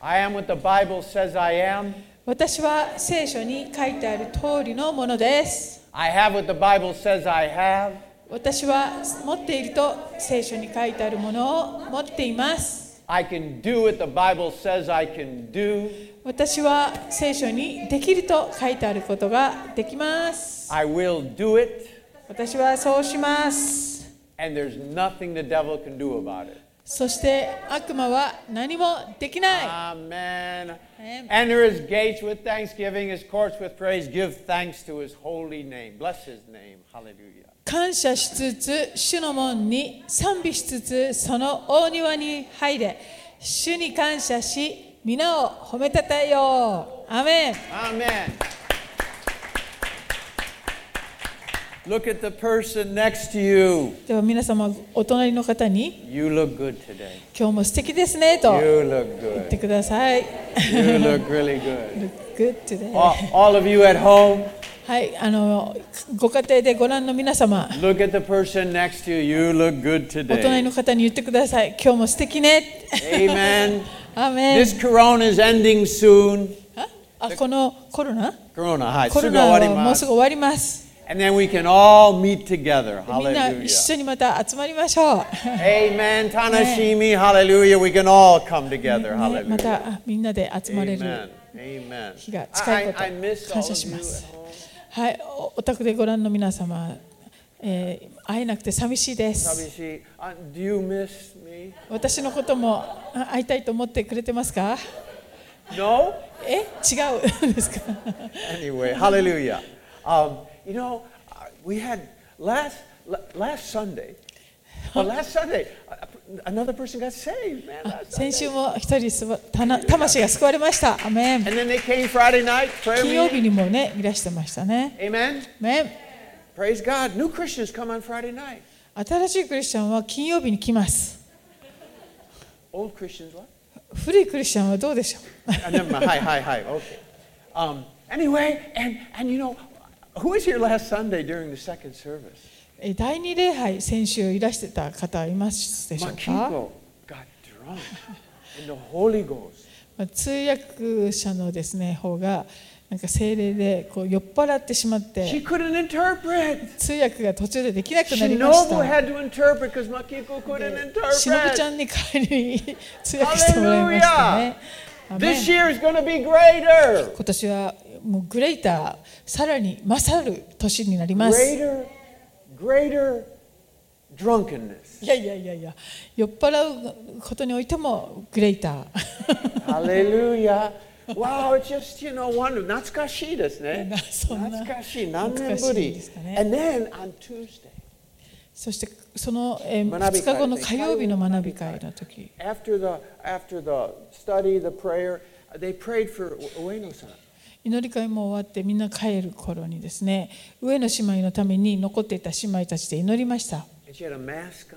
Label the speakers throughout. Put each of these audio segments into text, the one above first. Speaker 1: I am what the Bible says I am.
Speaker 2: 私は聖書に書いてある通りのものです。
Speaker 1: I have what the Bible says I have.
Speaker 2: 私は持っていると聖書に書いてあるものを持っています。
Speaker 1: I can do what the Bible says I can do.
Speaker 2: 私は聖書にできると書いてあることができます。
Speaker 1: I will do it.
Speaker 2: 私はそうします。
Speaker 1: And there's nothing the devil can do about it.
Speaker 2: そして悪魔は何もできない。
Speaker 1: Amen.
Speaker 2: Amen.
Speaker 1: Enter his gates with thanksgiving, his courts with praise. Give thanks to his holy name. Bless his name. Hallelujah.
Speaker 2: 感謝しつつ、主の門に賛美しつつ、その大庭に入れ、主に感謝し、皆を褒めたたえよう。アメン。
Speaker 1: Amen. Look at the person next to you.
Speaker 2: では皆様、お隣の方に、
Speaker 1: You look good today.
Speaker 2: 今日も素敵ですねと言
Speaker 1: You look
Speaker 2: って
Speaker 1: good.
Speaker 2: ください。
Speaker 1: You look really good.
Speaker 2: Look good today.
Speaker 1: All, all of you at home,
Speaker 2: はい、あの、ご家庭でご覧の皆様、
Speaker 1: look at the person next to you. You look good
Speaker 2: お隣
Speaker 1: today.
Speaker 2: の方に言ってください。今日も素敵ね。
Speaker 1: Amen.
Speaker 2: アメン。
Speaker 1: This corona is ending soon.
Speaker 2: ああ、このコロナ
Speaker 1: Corona, hi.
Speaker 2: コロナはもうすぐ終わります。
Speaker 1: And then we can all meet together.
Speaker 2: みんな
Speaker 1: Hallelujah.
Speaker 2: 一緒にまた集まりましょう。
Speaker 1: Amen. Tanashimi. Hallelujah. We can all come together.
Speaker 2: ね、ま
Speaker 1: Hallelujah.
Speaker 2: たあみんなで集まれ
Speaker 1: Amen.
Speaker 2: る
Speaker 1: Amen.
Speaker 2: 日が
Speaker 1: I,
Speaker 2: 近いこ
Speaker 1: I- I miss all
Speaker 2: と感
Speaker 1: of
Speaker 2: 謝し
Speaker 1: you
Speaker 2: ま
Speaker 1: at
Speaker 2: す
Speaker 1: home.。
Speaker 2: はい、おお宅でご覧の皆様、えー会えなくて寂しいです。
Speaker 1: Tabishi, uh, do you miss me?
Speaker 2: 私のこともあ会いたいと思ってくれてますか
Speaker 1: No?
Speaker 2: え違うん ですか
Speaker 1: Anyway, hallelujah. Um, you know, uh, we had last la- last Sunday. Well, last Sunday, uh, another person got saved, man.
Speaker 2: あ
Speaker 1: Last
Speaker 2: 先
Speaker 1: Sunday.
Speaker 2: 週も一人すばたな魂が救われました。アメン
Speaker 1: And then they came Friday night, prayer
Speaker 2: 金曜
Speaker 1: meeting.
Speaker 2: 日にもね、いらしてましたね。
Speaker 1: Amen.
Speaker 2: アメン
Speaker 1: Praise God. New Christians come on Friday night.
Speaker 2: 新しいクリスチャンは金曜日に来ます。
Speaker 1: Old Christians, what?
Speaker 2: 古いクリスチャンはどうでしょう
Speaker 1: Uh, never mind. Hi, hi, hi. Okay. Um, anyway, and, and you know, who was here last Sunday during the second service?
Speaker 2: えー第二礼拝先週いらしてた方いますでしょうか
Speaker 1: Makiko got drunk in the Holy Ghost.
Speaker 2: まあ通訳者のですね方がなんか精霊でこう酔っ払ってしまっ
Speaker 1: She
Speaker 2: て
Speaker 1: couldn't interpret.
Speaker 2: 通訳が途中でできなくなりまし
Speaker 1: Shinobu
Speaker 2: た
Speaker 1: had to interpret because Makiko couldn't
Speaker 2: しのぶちゃ
Speaker 1: interpret.
Speaker 2: んに代わりに通訳してもらいましたねアメン
Speaker 1: This year is going to be greater.
Speaker 2: 今年はもうグレイターさらに勝る年になります
Speaker 1: Greater, greater drunkenness.
Speaker 2: いやいやいやいや酔っ払うことにおいてもグレイ ター
Speaker 1: Hallelujah. Wow, it's just, you know, wonder. Natsukashi ですね.
Speaker 2: そんな
Speaker 1: Natsukashi,
Speaker 2: 懐かしいですかね。
Speaker 1: 何年ぶり。And then on Tuesday,
Speaker 2: そしてその、えー、
Speaker 1: 学び会
Speaker 2: 2日後の火曜日の学び会の時
Speaker 1: after the, after the study, the prayer, they prayed for Ueno-san.
Speaker 2: 祈り会も終わってみんな帰る頃にですね上野姉妹のために残っていた姉妹たちで祈りました
Speaker 1: And she had a mask on.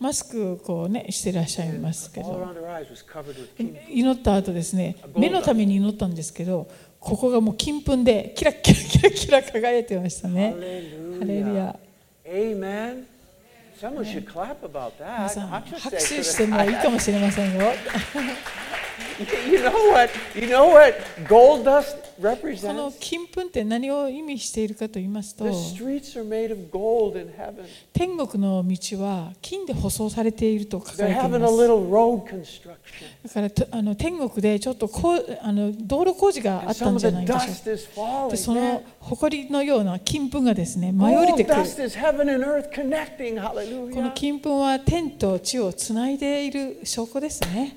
Speaker 2: マスクをこうねしてらっしゃいます
Speaker 1: And
Speaker 2: け
Speaker 1: all
Speaker 2: ど
Speaker 1: around her eyes was covered with pink.
Speaker 2: 祈った後ですね目のために祈ったんですけどここがもう金粉でキラキラキラキラ輝いてましたねハレル
Speaker 1: Hallelujah.
Speaker 2: ヤ
Speaker 1: Amen. Someone should clap about
Speaker 2: 皆
Speaker 1: that.
Speaker 2: さん
Speaker 1: Hakusei
Speaker 2: 拍手
Speaker 1: for
Speaker 2: して
Speaker 1: the-
Speaker 2: もいいかもしれませんよ
Speaker 1: You know what? You know what? Gold dust
Speaker 2: この
Speaker 1: represents.
Speaker 2: 金粉って何を意味しているかと言いますと
Speaker 1: The streets are made of gold in heaven.
Speaker 2: 天国の道は金で舗装されていると書か
Speaker 1: They're
Speaker 2: れてい
Speaker 1: having
Speaker 2: ま
Speaker 1: a
Speaker 2: す。
Speaker 1: little road construction.
Speaker 2: だからとあの天国でちょっとこうあの道路工事が
Speaker 1: And
Speaker 2: あったん
Speaker 1: some of
Speaker 2: じゃ
Speaker 1: the
Speaker 2: ないでしょうか
Speaker 1: dust。is
Speaker 2: で
Speaker 1: falling.
Speaker 2: そ
Speaker 1: man.
Speaker 2: の埃のような金粉がですね舞い降りて
Speaker 1: Gold
Speaker 2: くる。
Speaker 1: dust is heaven and earth connecting.
Speaker 2: この
Speaker 1: Hallelujah.
Speaker 2: 金粉は天と地をつないでいる証拠ですね。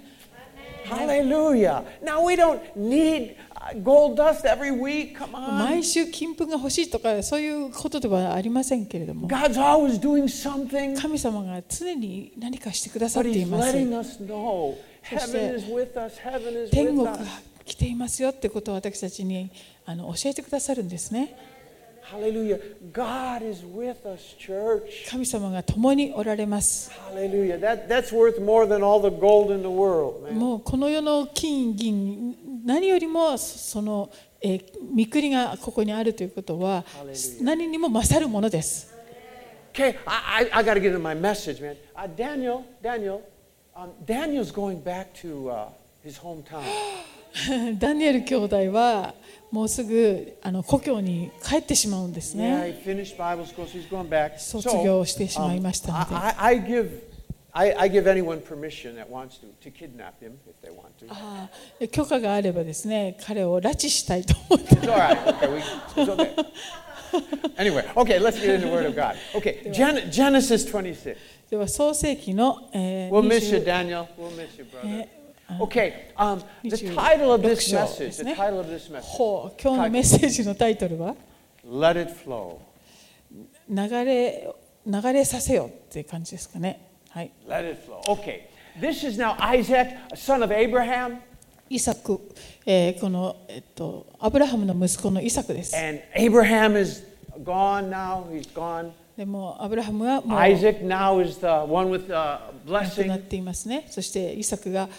Speaker 1: Hallelujah. Now we don't need uh, gold dust every week. Come on.
Speaker 2: 毎週金粉が欲しいとかそういうことではありませんけれども、
Speaker 1: God's always doing something.
Speaker 2: 神様が常に何かしてくださっ
Speaker 1: But
Speaker 2: てい
Speaker 1: he's
Speaker 2: ます。
Speaker 1: letting us know heaven
Speaker 2: そして、
Speaker 1: is with us, heaven is
Speaker 2: 天国
Speaker 1: with
Speaker 2: が
Speaker 1: us.
Speaker 2: 来ていますよってことを私たちにあの教えてくださるんですね。
Speaker 1: Hallelujah. God is with us, church.
Speaker 2: 神様が共におられます。
Speaker 1: Hallelujah. That, that's worth more than all the gold in the world, man.
Speaker 2: もうこの世の金銀何よりもそそのえー御国がここにあるということは何にも勝るものです。
Speaker 1: Okay, I, I, I got to get into my message, man. Uh, Daniel, Daniel, um, Daniel's going back to uh, his hometown.
Speaker 2: ダニエル兄弟はもうすぐあの故郷に帰ってしまうんです
Speaker 1: Yeah,
Speaker 2: ね。
Speaker 1: he finished Bible school, so he's going back. So, um,
Speaker 2: 卒業してしまいましたので。
Speaker 1: I, I, I give, I, I give anyone permission that wants to to kidnap him if they want to.
Speaker 2: ああ許可があればですね、彼を拉致したいと思 って。
Speaker 1: It's all right. Okay, we, it's okay. Anyway, okay, let's get into the Word of God. Okay, Gen- Genesis 26.
Speaker 2: では創世記の、えー
Speaker 1: We'll miss you,
Speaker 2: 20
Speaker 1: Daniel. We'll miss you, brother.
Speaker 2: え
Speaker 1: Okay, um, the
Speaker 2: 26
Speaker 1: title of this
Speaker 2: 章
Speaker 1: message,
Speaker 2: ですね
Speaker 1: the title of this message,
Speaker 2: ほう今日のメッセージのタイトルは
Speaker 1: Let It Flow.
Speaker 2: 流れ流れさせよっていう感じですかね。はい。
Speaker 1: Let It Flow. Okay, this is now Isaac, a son of Abraham,
Speaker 2: イサク、えーこのえっとアブラハムの息子のイサクです。
Speaker 1: and Abraham is gone now. He's gone.
Speaker 2: でもアブラハムはもう
Speaker 1: Isaac now is the one with the
Speaker 2: 亡くなっ
Speaker 1: blessing.
Speaker 2: ていますね。そしてイサクが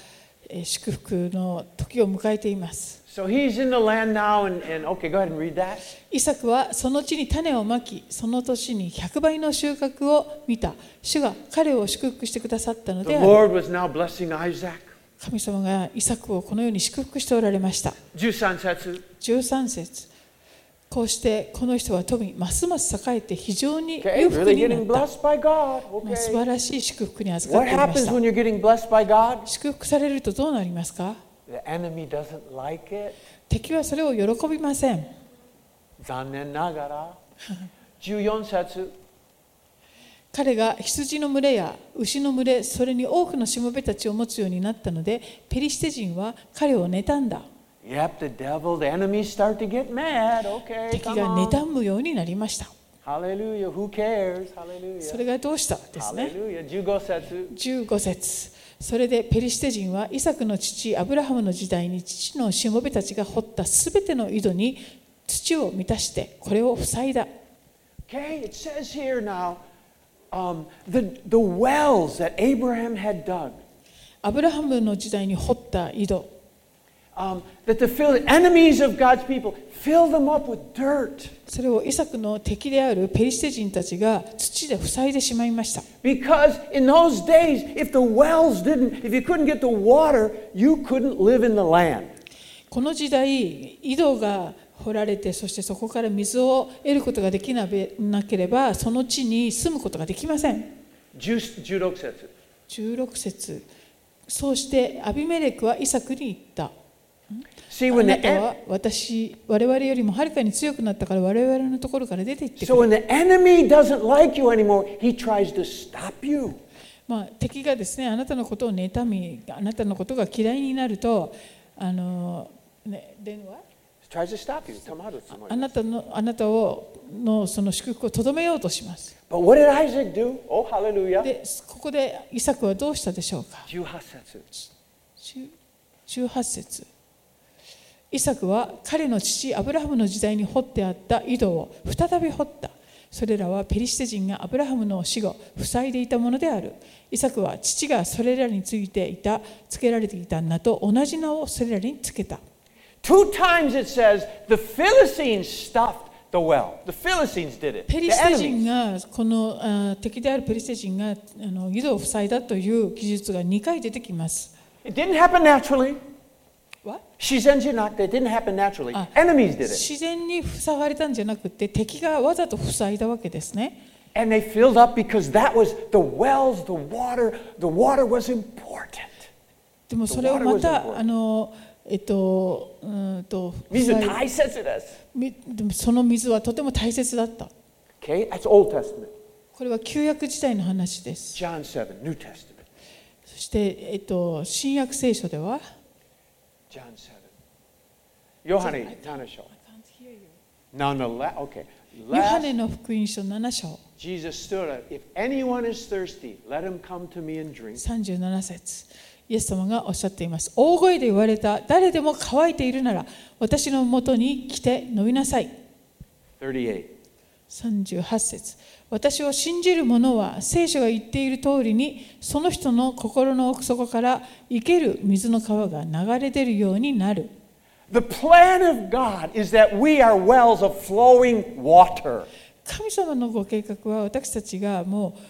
Speaker 2: えー祝福の時を迎えています。
Speaker 1: So he's in the land now, and, and okay, go ahead and read that.
Speaker 2: イサクはその地に種をまき、その年に100倍の収穫を見た。主が彼を祝福してくださったの
Speaker 1: The
Speaker 2: である。
Speaker 1: Lord was now blessing Isaac.
Speaker 2: 神様がイサクをこのように祝福しておられました。
Speaker 1: 13節
Speaker 2: 13節こうしてこの人は富みますます栄えて非常に
Speaker 1: Okay,
Speaker 2: 裕福
Speaker 1: really
Speaker 2: にな
Speaker 1: getting
Speaker 2: った。
Speaker 1: blessed by God.
Speaker 2: まあ素
Speaker 1: Okay.
Speaker 2: 晴らしい祝福に預かっ
Speaker 1: What
Speaker 2: ていま
Speaker 1: happens
Speaker 2: した
Speaker 1: when。you're getting blessed by God?
Speaker 2: 祝福されるとどうなりますか
Speaker 1: The enemy doesn't like it.
Speaker 2: 敵はそれを喜びません。
Speaker 1: 残念ながら。14節
Speaker 2: 彼が羊の群れや牛の群れ、それに多くのしもべたちを持つようになったので、ペリシテ人は彼を妬んだ。
Speaker 1: Yep, the devil, the enemies start to get mad. Okay,
Speaker 2: 敵
Speaker 1: come
Speaker 2: が
Speaker 1: on.
Speaker 2: 妬むようになりました。
Speaker 1: Hallelujah. Who cares?
Speaker 2: そ
Speaker 1: Hallelujah.
Speaker 2: れがどうしたですね。
Speaker 1: Hallelujah. 15節
Speaker 2: 15節それでペリシテ人はイサクの父アブラハムの時代に父のしもべたちが掘ったすべての井戸に土を満たしてこれを塞いだ
Speaker 1: Okay, it says here now um, the, the wells that Abraham had dug,
Speaker 2: アブラハムの時代に掘った井戸
Speaker 1: um, that the fill, enemies of God's people fill them up with dirt
Speaker 2: それをイサクの敵であるペリシテ人たちが土で塞いでしまいました
Speaker 1: because in those days, if the wells didn't, if you couldn't get the water, you couldn't live in the land.
Speaker 2: この時代井戸が掘られてそしてそこから水を得ることができなべなければその地に住むことができません
Speaker 1: Ju- 16節
Speaker 2: 16節そうしてアビメレクはイサクに言った
Speaker 1: See
Speaker 2: あ
Speaker 1: when
Speaker 2: な
Speaker 1: the
Speaker 2: た
Speaker 1: en-
Speaker 2: は私我々よりもはるかに強くなったから我々のところから出て行ってく
Speaker 1: so
Speaker 2: れ、
Speaker 1: when the enemy doesn't like you anymore, he tries to stop you.
Speaker 2: まあ、敵がですねあなたのことを妬みあなたのことが嫌いになるとあの、ね、電話
Speaker 1: He tries to stop you. Come out with
Speaker 2: あ
Speaker 1: somebody.
Speaker 2: なたのあなたをのその祝福をとどめようとします
Speaker 1: But what did Isaac do? Oh, hallelujah.
Speaker 2: でここでイサクはどうしたでしょうか
Speaker 1: 18節
Speaker 2: 10 18節イサクは彼の父アブラハムの時代に掘ってあった井戸を再び掘ったそれらはペリシテ人がアブラハムの死後塞いでいたものであるイサクは父がそれらについていたつけられていた名と同じ名をそれらにつけた
Speaker 1: Two times it says the Philistines stopped the well. The Philistines did it.
Speaker 2: ペ
Speaker 1: The
Speaker 2: リシテ
Speaker 1: enemies.
Speaker 2: 人がこのあー敵であるペリシテ人があの井戸を塞いだという記述が2回出てきます
Speaker 1: It didn't happen naturally.
Speaker 2: What?
Speaker 1: Shizenjinak, that didn't happen naturally.
Speaker 2: Ah.
Speaker 1: Enemies did it.
Speaker 2: 自然に塞がれたんじゃなくて敵がわざと塞いだわけですね
Speaker 1: And they filled up because that was the wells, the water, the water was important.
Speaker 2: でもそれを
Speaker 1: The water
Speaker 2: ま
Speaker 1: was
Speaker 2: た
Speaker 1: important.
Speaker 2: あのえっとうーんと
Speaker 1: 水
Speaker 2: 塞い
Speaker 1: 大切です。
Speaker 2: みでもその水はとても大切だった。
Speaker 1: Okay, that's Old Testament.
Speaker 2: これは旧約時代の話です。
Speaker 1: John 7, New Testament.
Speaker 2: そしてえっと新約聖書では
Speaker 1: John 7. Johannes, Tanisho. No, no, la- okay.
Speaker 2: ヨハ
Speaker 1: Last
Speaker 2: ネの福音書7章
Speaker 1: Jesus stood up. If anyone is thirsty, let him come to me and drink.
Speaker 2: 37節イエス様がおっしゃっています。大声で言われた誰でも乾いているなら私のもとに来て飲みなさい。
Speaker 1: 38.
Speaker 2: 38節私を信じる者は聖書が言っている通りにその人の心の奥底から生ける水の川が流れ出るようになる
Speaker 1: The plan of God is that we are wells of flowing water.
Speaker 2: 神様のご計画は私たちがもう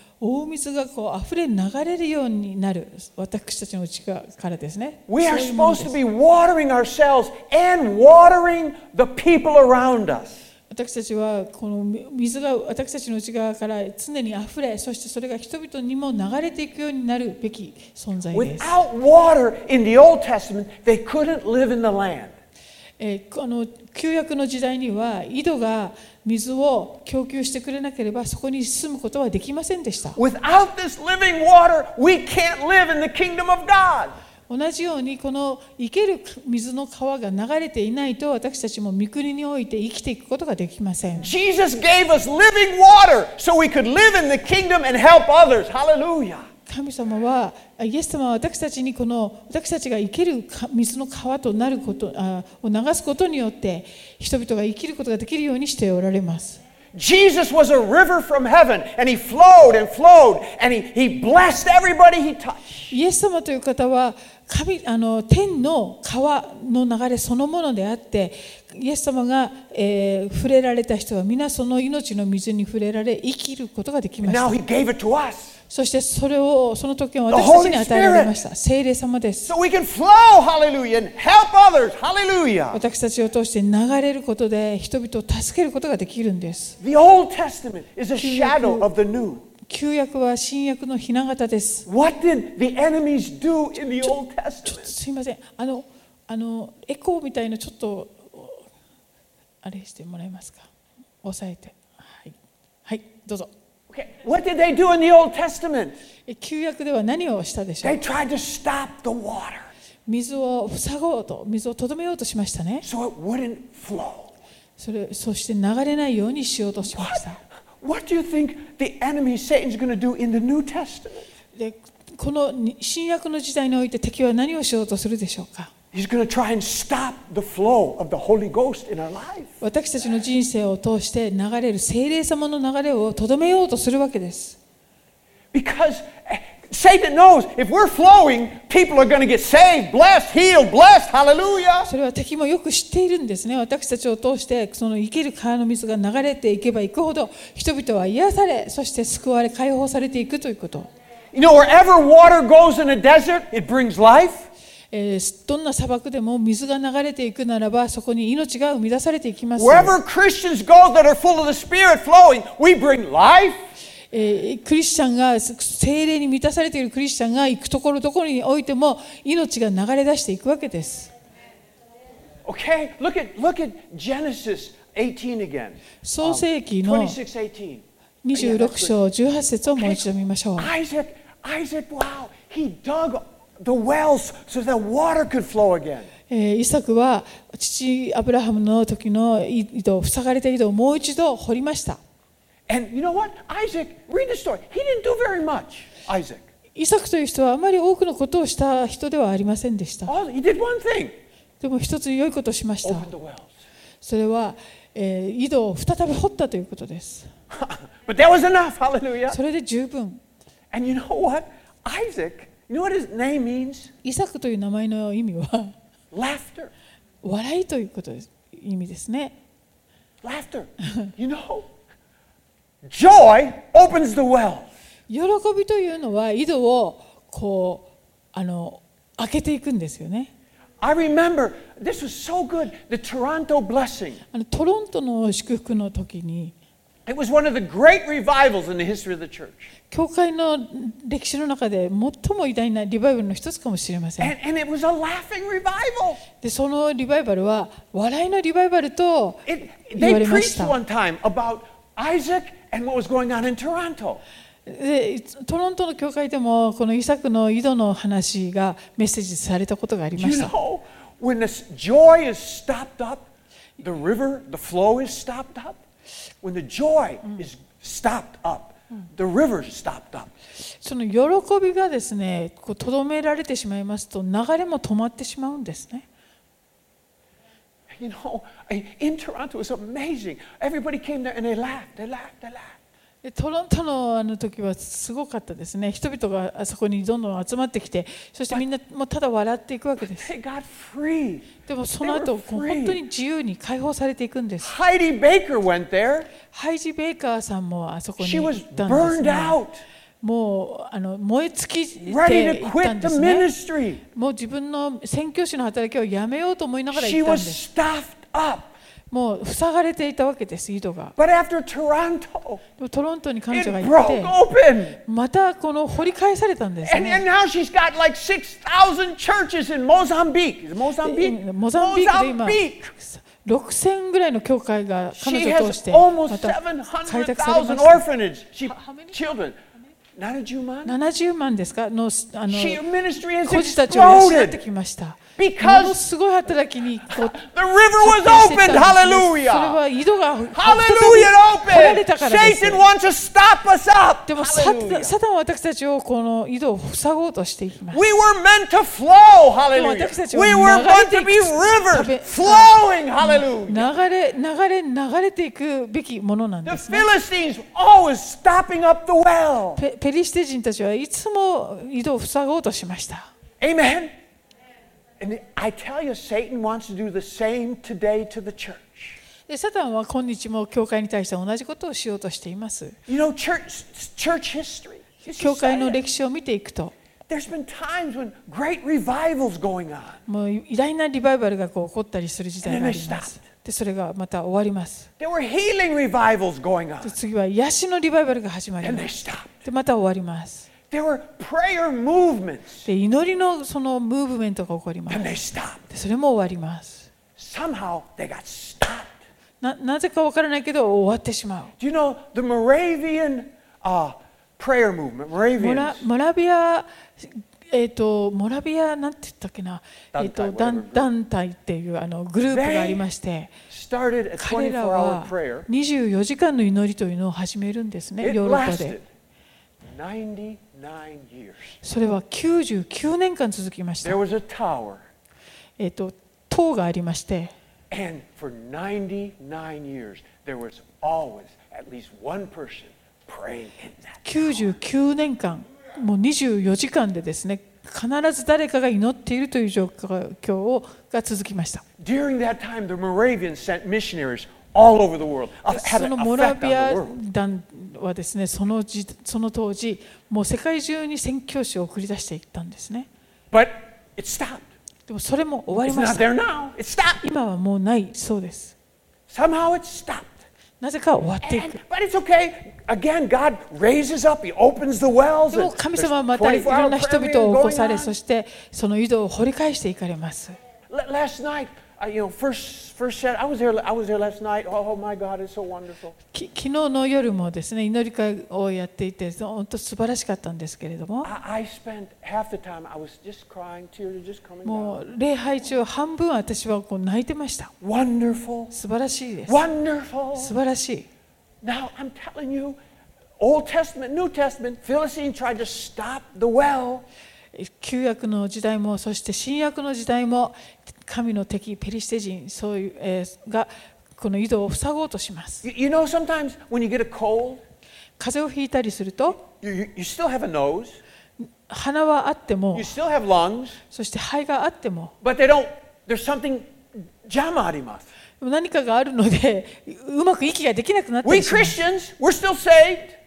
Speaker 2: 大水がこう溢れ流れるようになる私たちの内側からですね。
Speaker 1: We
Speaker 2: そ
Speaker 1: are
Speaker 2: ういうもの
Speaker 1: supposed
Speaker 2: で
Speaker 1: to
Speaker 2: す
Speaker 1: be watering ourselves and watering the people around us.
Speaker 2: 私たちはこの水が私たちの内側から常に溢れそしてそれが人々にも流れていくようになるべき存在です
Speaker 1: Without water in the Old Testament, they couldn't live in the land.
Speaker 2: えーこの旧約の時代には井戸が水を供給してくれなければそこに住むことはできませんでした
Speaker 1: Without this living water, we can't live in the kingdom of God.
Speaker 2: 同じようにこの生ける水の川が流れていないと私たちも御国において生きていくことができません
Speaker 1: Jesus gave us living water so we could live in the kingdom and help others. Hallelujah.
Speaker 2: 神様はあイエス様は私たちにこの私たちが生けるか水の川となることあを流すことによって人々が生きることができるようにしておられます。
Speaker 1: Jesus was a river from heaven, and he flowed and flowed, and he, he blessed everybody he touched.
Speaker 2: イエス様という方は神あの天の川の流れそのものであってイエス様が、えー触れられた人は皆その命の水に触れられ生きることができまし
Speaker 1: Now
Speaker 2: た
Speaker 1: he gave it to us
Speaker 2: そしてそれをその時を私たちに与えられました聖霊様です
Speaker 1: so we can flow, hallelujah, and help others. Hallelujah.
Speaker 2: 私たちを通して流れることで人々を助けることができるんです
Speaker 1: The Old Testament is a shadow of the New.
Speaker 2: 旧約は新約の雛形です。
Speaker 1: What did the enemies do in the Old
Speaker 2: ちょっ
Speaker 1: Testament?
Speaker 2: とすいません。あの、あの、エコーみたいなちょっと、おあれしてもらえますか。押さえて。はい。はい、どうぞ。
Speaker 1: Okay. What did they do in the Old Testament?
Speaker 2: え旧約では何をしたでしょ
Speaker 1: They
Speaker 2: う
Speaker 1: tried to stop the water
Speaker 2: 水を塞ごうと、水をとどめようとしましたね。
Speaker 1: so it wouldn't flow.
Speaker 2: それ、そして流れないようにしようとしました。
Speaker 1: What do you think the enemy, Satan's going to do in the New Testament?
Speaker 2: で、このに新約の時代において敵は何をしようとするでしょうか。
Speaker 1: He's going to try and stop the flow of the Holy Ghost in our life.
Speaker 2: 私たちの人生を通して流れる聖霊様の流れをとどめようとするわけです。
Speaker 1: Because eh, Satan knows if we're flowing, people are going to get saved, blessed, healed, blessed. Hallelujah.
Speaker 2: それは敵もよく知っているんですね。私たちを通して、その生ける川の水が流れていけばいくほど、人々は癒され、そして救われ、解放されていくということ。
Speaker 1: You know, wherever water goes in a desert, it brings life.
Speaker 2: えーどんな砂漠でも水が流れていくならば、そこに命が生み出されていきます。
Speaker 1: Wherever Christians go that are full of the Spirit flowing, we bring life.
Speaker 2: えークリスチャンが、精霊に満たされているクリスチャンが行くところどころにおいても、命が流れ出していくわけです。
Speaker 1: Okay, look at look at Genesis 18 again.
Speaker 2: 創世紀の
Speaker 1: 26, 18.
Speaker 2: 26章18節をもう一度見ましょう。
Speaker 1: Isaac, Isaac, wow, he dug the wells so that water could flow again.
Speaker 2: えーイサクは父アブラハムの時の井戸塞がれた井戸をもう一度掘りました
Speaker 1: And you know what? Isaac, read the story. He didn't do very much, Isaac.
Speaker 2: イサクという人はあまり多くのことをした人ではありませんでした
Speaker 1: All, he did one thing
Speaker 2: でも一つ良いことをしました
Speaker 1: open the wells.
Speaker 2: それは、えー井戸を再び掘ったということです
Speaker 1: but that was enough, hallelujah.
Speaker 2: それで十分
Speaker 1: And you know what? Isaac, you know what his name means?
Speaker 2: イサクという名前の意味は
Speaker 1: Laughter.
Speaker 2: 笑いということです意味ですね
Speaker 1: Laughter. you know? Joy opens the wells.
Speaker 2: 喜びというのは井戸をこうあの開けていくんですよね
Speaker 1: I remember this was so good. The Toronto blessing.
Speaker 2: あのトロントの祝福の時に
Speaker 1: It was one of the great revivals in the history of the church.
Speaker 2: 教会の歴史の中で最も偉大なリバイバルの一つかもしれません。
Speaker 1: And, and it was a laughing revival.
Speaker 2: で、そのリバイバルは笑いのリバイバルと
Speaker 1: It,
Speaker 2: 言わ
Speaker 1: they
Speaker 2: れま
Speaker 1: preached
Speaker 2: した。
Speaker 1: one time about Isaac and what was going on in Toronto.
Speaker 2: で、トロントの教会でもこのイサクの井戸の話がメッセージされたことがあり
Speaker 1: Do
Speaker 2: ま
Speaker 1: You
Speaker 2: した。
Speaker 1: know, when this joy is stopped up, the river, the flow is stopped up. When the joy is stopped up, the river's stopped up.
Speaker 2: その喜びがですね、こうとどめられてしまいますと流れも止まってしまうんですね。
Speaker 1: You know, I- in Toronto, it was amazing. Everybody came there and they laughed, they laughed, they laughed.
Speaker 2: でトロントのあの時はすごかったですね。人々があそこにどんどん集まってきて、そしてみんなもうただ笑っていくわけです。
Speaker 1: They got free.
Speaker 2: でもその
Speaker 1: They
Speaker 2: 後
Speaker 1: were
Speaker 2: こう
Speaker 1: free.
Speaker 2: 本当に自由に解放されていくんです。
Speaker 1: Heidi Baker went there.
Speaker 2: ハイジ・ベイカーさんもあそこに
Speaker 1: She
Speaker 2: 行
Speaker 1: was
Speaker 2: ったんです、
Speaker 1: burned
Speaker 2: ね。
Speaker 1: out.
Speaker 2: もうあの燃え尽きて
Speaker 1: ready
Speaker 2: い
Speaker 1: to
Speaker 2: った
Speaker 1: quit
Speaker 2: んで
Speaker 1: the
Speaker 2: すね。
Speaker 1: ministry.
Speaker 2: もう自分の宣教師の働きをやめようと思いながら
Speaker 1: She
Speaker 2: 行ったんで
Speaker 1: was
Speaker 2: す。
Speaker 1: stuffed up.
Speaker 2: もう塞がれていたわけです、井戸が。
Speaker 1: But after Toronto,
Speaker 2: でもトロントに彼
Speaker 1: it
Speaker 2: 女が行
Speaker 1: broke
Speaker 2: って、
Speaker 1: open.
Speaker 2: またこの掘り返されたんです
Speaker 1: And, and
Speaker 2: ね。
Speaker 1: now she's got like 6,000 churches in Mozambique. Is it Mozambique?
Speaker 2: モザンビークで今
Speaker 1: Mozambique.
Speaker 2: 6000ぐらいの教会が
Speaker 1: She
Speaker 2: 彼女を通し
Speaker 1: has
Speaker 2: て
Speaker 1: almost
Speaker 2: また開拓されまし
Speaker 1: 700,000
Speaker 2: た。
Speaker 1: orphanages. She,
Speaker 2: how many?
Speaker 1: children. Not a Jew man.
Speaker 2: 70万ですかのあの
Speaker 1: She, her ministry has
Speaker 2: 孤児たちを養って
Speaker 1: exploded.
Speaker 2: きました。
Speaker 1: Because-
Speaker 2: ものすごい働きにこう
Speaker 1: The river
Speaker 2: 発
Speaker 1: was
Speaker 2: 展していったん
Speaker 1: opened.
Speaker 2: ですねそれ
Speaker 1: Hallelujah.
Speaker 2: は井戸が
Speaker 1: Hallelujah.
Speaker 2: 掘られ
Speaker 1: It
Speaker 2: た
Speaker 1: opened.
Speaker 2: からです
Speaker 1: Satan wants to stop us up.
Speaker 2: でもサ
Speaker 1: Hallelujah.
Speaker 2: サタンは私たちをこの井戸を塞ごうとしていきます。
Speaker 1: We were meant to flow.
Speaker 2: でも
Speaker 1: Hallelujah.
Speaker 2: 私たち
Speaker 1: We
Speaker 2: は
Speaker 1: were
Speaker 2: 流れ
Speaker 1: meant
Speaker 2: て
Speaker 1: to
Speaker 2: い
Speaker 1: be rivers
Speaker 2: く
Speaker 1: flowing.
Speaker 2: 流
Speaker 1: Hallelujah.
Speaker 2: れ流れ流れていくべきものなん
Speaker 1: The
Speaker 2: ですね。
Speaker 1: Philistines always stopping up the well.
Speaker 2: ペペリシテ人たちはいつも井戸を塞ごうとしました。
Speaker 1: Amen. And I tell you, Satan wants to do the same today to the church.
Speaker 2: でサタンは今日も教会に対して同じことをしようとしています。
Speaker 1: You know, church, church history. This is
Speaker 2: 教会の
Speaker 1: sad.
Speaker 2: 歴史を見ていくと、
Speaker 1: There's been times when great revivals going on,
Speaker 2: もう偉大なリバイバルがこう起こったりする時代があります
Speaker 1: And then they。
Speaker 2: で、それがまた終わります。
Speaker 1: there were healing revivals going
Speaker 2: で
Speaker 1: on,
Speaker 2: 次は癒しのリバイバルが始まり
Speaker 1: and they
Speaker 2: ます。
Speaker 1: stopped.
Speaker 2: で、また終わります。
Speaker 1: There were prayer movements,
Speaker 2: で、祈りのそのムーブメントが起こります。
Speaker 1: and they stopped.
Speaker 2: で、それも終わります。
Speaker 1: Somehow they got stopped.
Speaker 2: ななぜかわからないけど終わってしま
Speaker 1: Do you know the Moravian uh, prayer movement?
Speaker 2: う。モラ
Speaker 1: Moravians.
Speaker 2: モラビア、えっ、と、モラビアなんて言ったっけな、え
Speaker 1: 団
Speaker 2: っ、
Speaker 1: 体
Speaker 2: と
Speaker 1: whatever
Speaker 2: 団、団体っていうあのグループがありまして、
Speaker 1: started a
Speaker 2: 彼ら
Speaker 1: 24 hour
Speaker 2: は
Speaker 1: prayer.
Speaker 2: 24時間の祈りというのを始めるんですね、
Speaker 1: It
Speaker 2: ヨーロッパで
Speaker 1: lasted。99 years.
Speaker 2: それは99年間続きました
Speaker 1: There。was a tower,
Speaker 2: えっ、と、塔がありまして、
Speaker 1: and for 99 years, there was always at least one person praying in that.
Speaker 2: 99年間、もう24時間でですね、必ず誰かが祈っているという状況をが続きました。
Speaker 1: During that time, the Moravians sent missionaries all over the world. Uh, Had
Speaker 2: そ
Speaker 1: an
Speaker 2: のモラ
Speaker 1: effect
Speaker 2: ビ
Speaker 1: on
Speaker 2: ア
Speaker 1: the world.
Speaker 2: 団はですねその時その当時もう世界中に宣教師を送り出していったんですね
Speaker 1: But it stopped.
Speaker 2: でもそれも終わり
Speaker 1: It's
Speaker 2: ま
Speaker 1: not
Speaker 2: した
Speaker 1: there now. It stopped.
Speaker 2: 今はもうないそうです
Speaker 1: Somehow it stopped.
Speaker 2: なぜか終わってい
Speaker 1: And,
Speaker 2: く
Speaker 1: but it's okay. Again, God raises up. He opens the wells. and
Speaker 2: でも
Speaker 1: there's
Speaker 2: 神様はまたい
Speaker 1: 24
Speaker 2: ろん
Speaker 1: hour
Speaker 2: な
Speaker 1: prayer
Speaker 2: 人々を起こ
Speaker 1: meeting
Speaker 2: さ
Speaker 1: going
Speaker 2: れ
Speaker 1: on.
Speaker 2: そしてその井戸を掘り返していかれます
Speaker 1: L- Last night, I, you know, first first set, I was there. I was there last night. Oh, oh my God, it's so wonderful.
Speaker 2: き昨日の夜もですね祈り会をやっていて本当素晴らしかったんですけれども
Speaker 1: I, I spent half the time. I was just crying, tears were just coming
Speaker 2: も
Speaker 1: down.
Speaker 2: う礼拝中半分私はこう泣いてました
Speaker 1: Wonderful,
Speaker 2: 素晴らしいです
Speaker 1: wonderful.
Speaker 2: 素晴らしい
Speaker 1: Now I'm telling you, Old Testament, New Testament, Philistine tried to stop the well.
Speaker 2: 旧約の時代もそして新約の時代も神の敵ペリシテ人そういう、えーがこの井戸を塞ごうとします
Speaker 1: You, you know, sometimes when you get a cold,
Speaker 2: 風邪をひいたりすると
Speaker 1: you, you, you still have a nose,
Speaker 2: 鼻はあっても
Speaker 1: you still have lungs,
Speaker 2: そして肺があっても
Speaker 1: but they don't. There's something jamarimas.
Speaker 2: 何かがあるのでうまく息ができなくなったり
Speaker 1: We
Speaker 2: します
Speaker 1: Christians, we're still saved.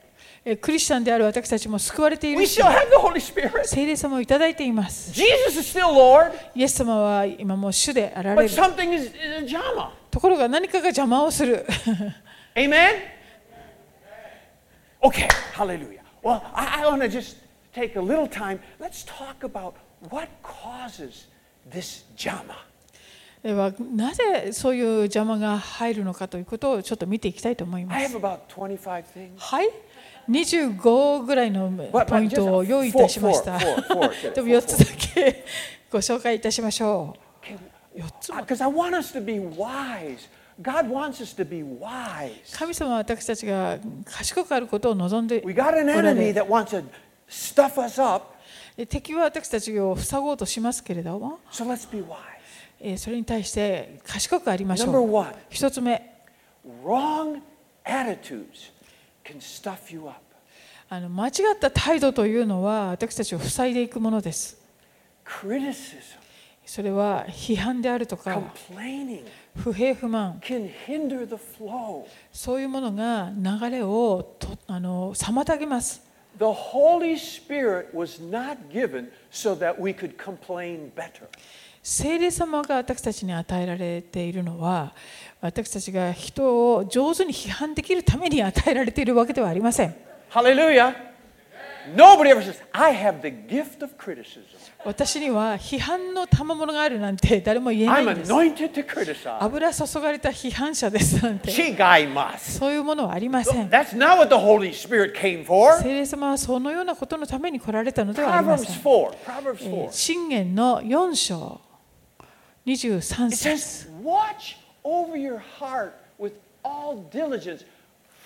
Speaker 2: えークリスチャンである私たちも救われてい
Speaker 1: We
Speaker 2: るし
Speaker 1: still have the Holy Spirit.
Speaker 2: 聖霊様をいただいています
Speaker 1: Jesus is still Lord,
Speaker 2: イエス様は今もう主であられ
Speaker 1: but
Speaker 2: る
Speaker 1: something is, is a jama.
Speaker 2: ところが何かが邪魔をする
Speaker 1: Amen? Okay, hallelujah. Well, I, I want to just take a little time. Let's talk about what causes this jama.
Speaker 2: ではなぜそういう邪魔が入るのかということをちょっと見ていきたいと思いま
Speaker 1: I
Speaker 2: す
Speaker 1: have about 25 things.
Speaker 2: はい。25ぐらいの
Speaker 1: but
Speaker 2: ポイントを
Speaker 1: just
Speaker 2: 用意いたしました。
Speaker 1: four, four, four, four,
Speaker 2: でも4つだけご紹介いたしましょう。4つも
Speaker 1: Because Uh, I want us to be wise. God wants us to be wise.
Speaker 2: 神様は私たちが賢くあることを望んで
Speaker 1: We got an
Speaker 2: おら
Speaker 1: enemy
Speaker 2: れ
Speaker 1: that wants to stuff us up,
Speaker 2: で敵は私たちを塞ごうとしますけれども、
Speaker 1: so let's be wise.
Speaker 2: えーそれに対して賢くありまし
Speaker 1: Number
Speaker 2: ょう。
Speaker 1: one.
Speaker 2: 一つ目
Speaker 1: Wrong attitudes can stuff you up.
Speaker 2: あの、間違った態度というのは私たちを塞いでいくものです。
Speaker 1: Criticism,
Speaker 2: それは批判であるとか、
Speaker 1: complaining
Speaker 2: 不平不満、
Speaker 1: can hinder the flow.
Speaker 2: そういうものが流れをとあの妨げます。
Speaker 1: The Holy Spirit was not given so that we could complain better.
Speaker 2: 聖霊様が私たちに与えられているのは私たちが人を上手に批判できるために与えられているわけではありません
Speaker 1: Hallelujah. Nobody ever says, I have the gift of criticism.
Speaker 2: 私には批判の賜物があるなんて誰も言え
Speaker 1: I'm
Speaker 2: ないんです
Speaker 1: anointed to criticize.
Speaker 2: 油注がれた批判者ですなんて
Speaker 1: Shigai mas.
Speaker 2: そういうものはありません
Speaker 1: That's not what the Holy Spirit came for.
Speaker 2: 聖霊様はそのようなことのために来られたのではありませ
Speaker 1: Proverbs
Speaker 2: ん
Speaker 1: 4. Proverbs
Speaker 2: え
Speaker 1: 4.
Speaker 2: ー信玄の4章
Speaker 1: It
Speaker 2: 23
Speaker 1: says,
Speaker 2: 節
Speaker 1: watch over your heart with all diligence.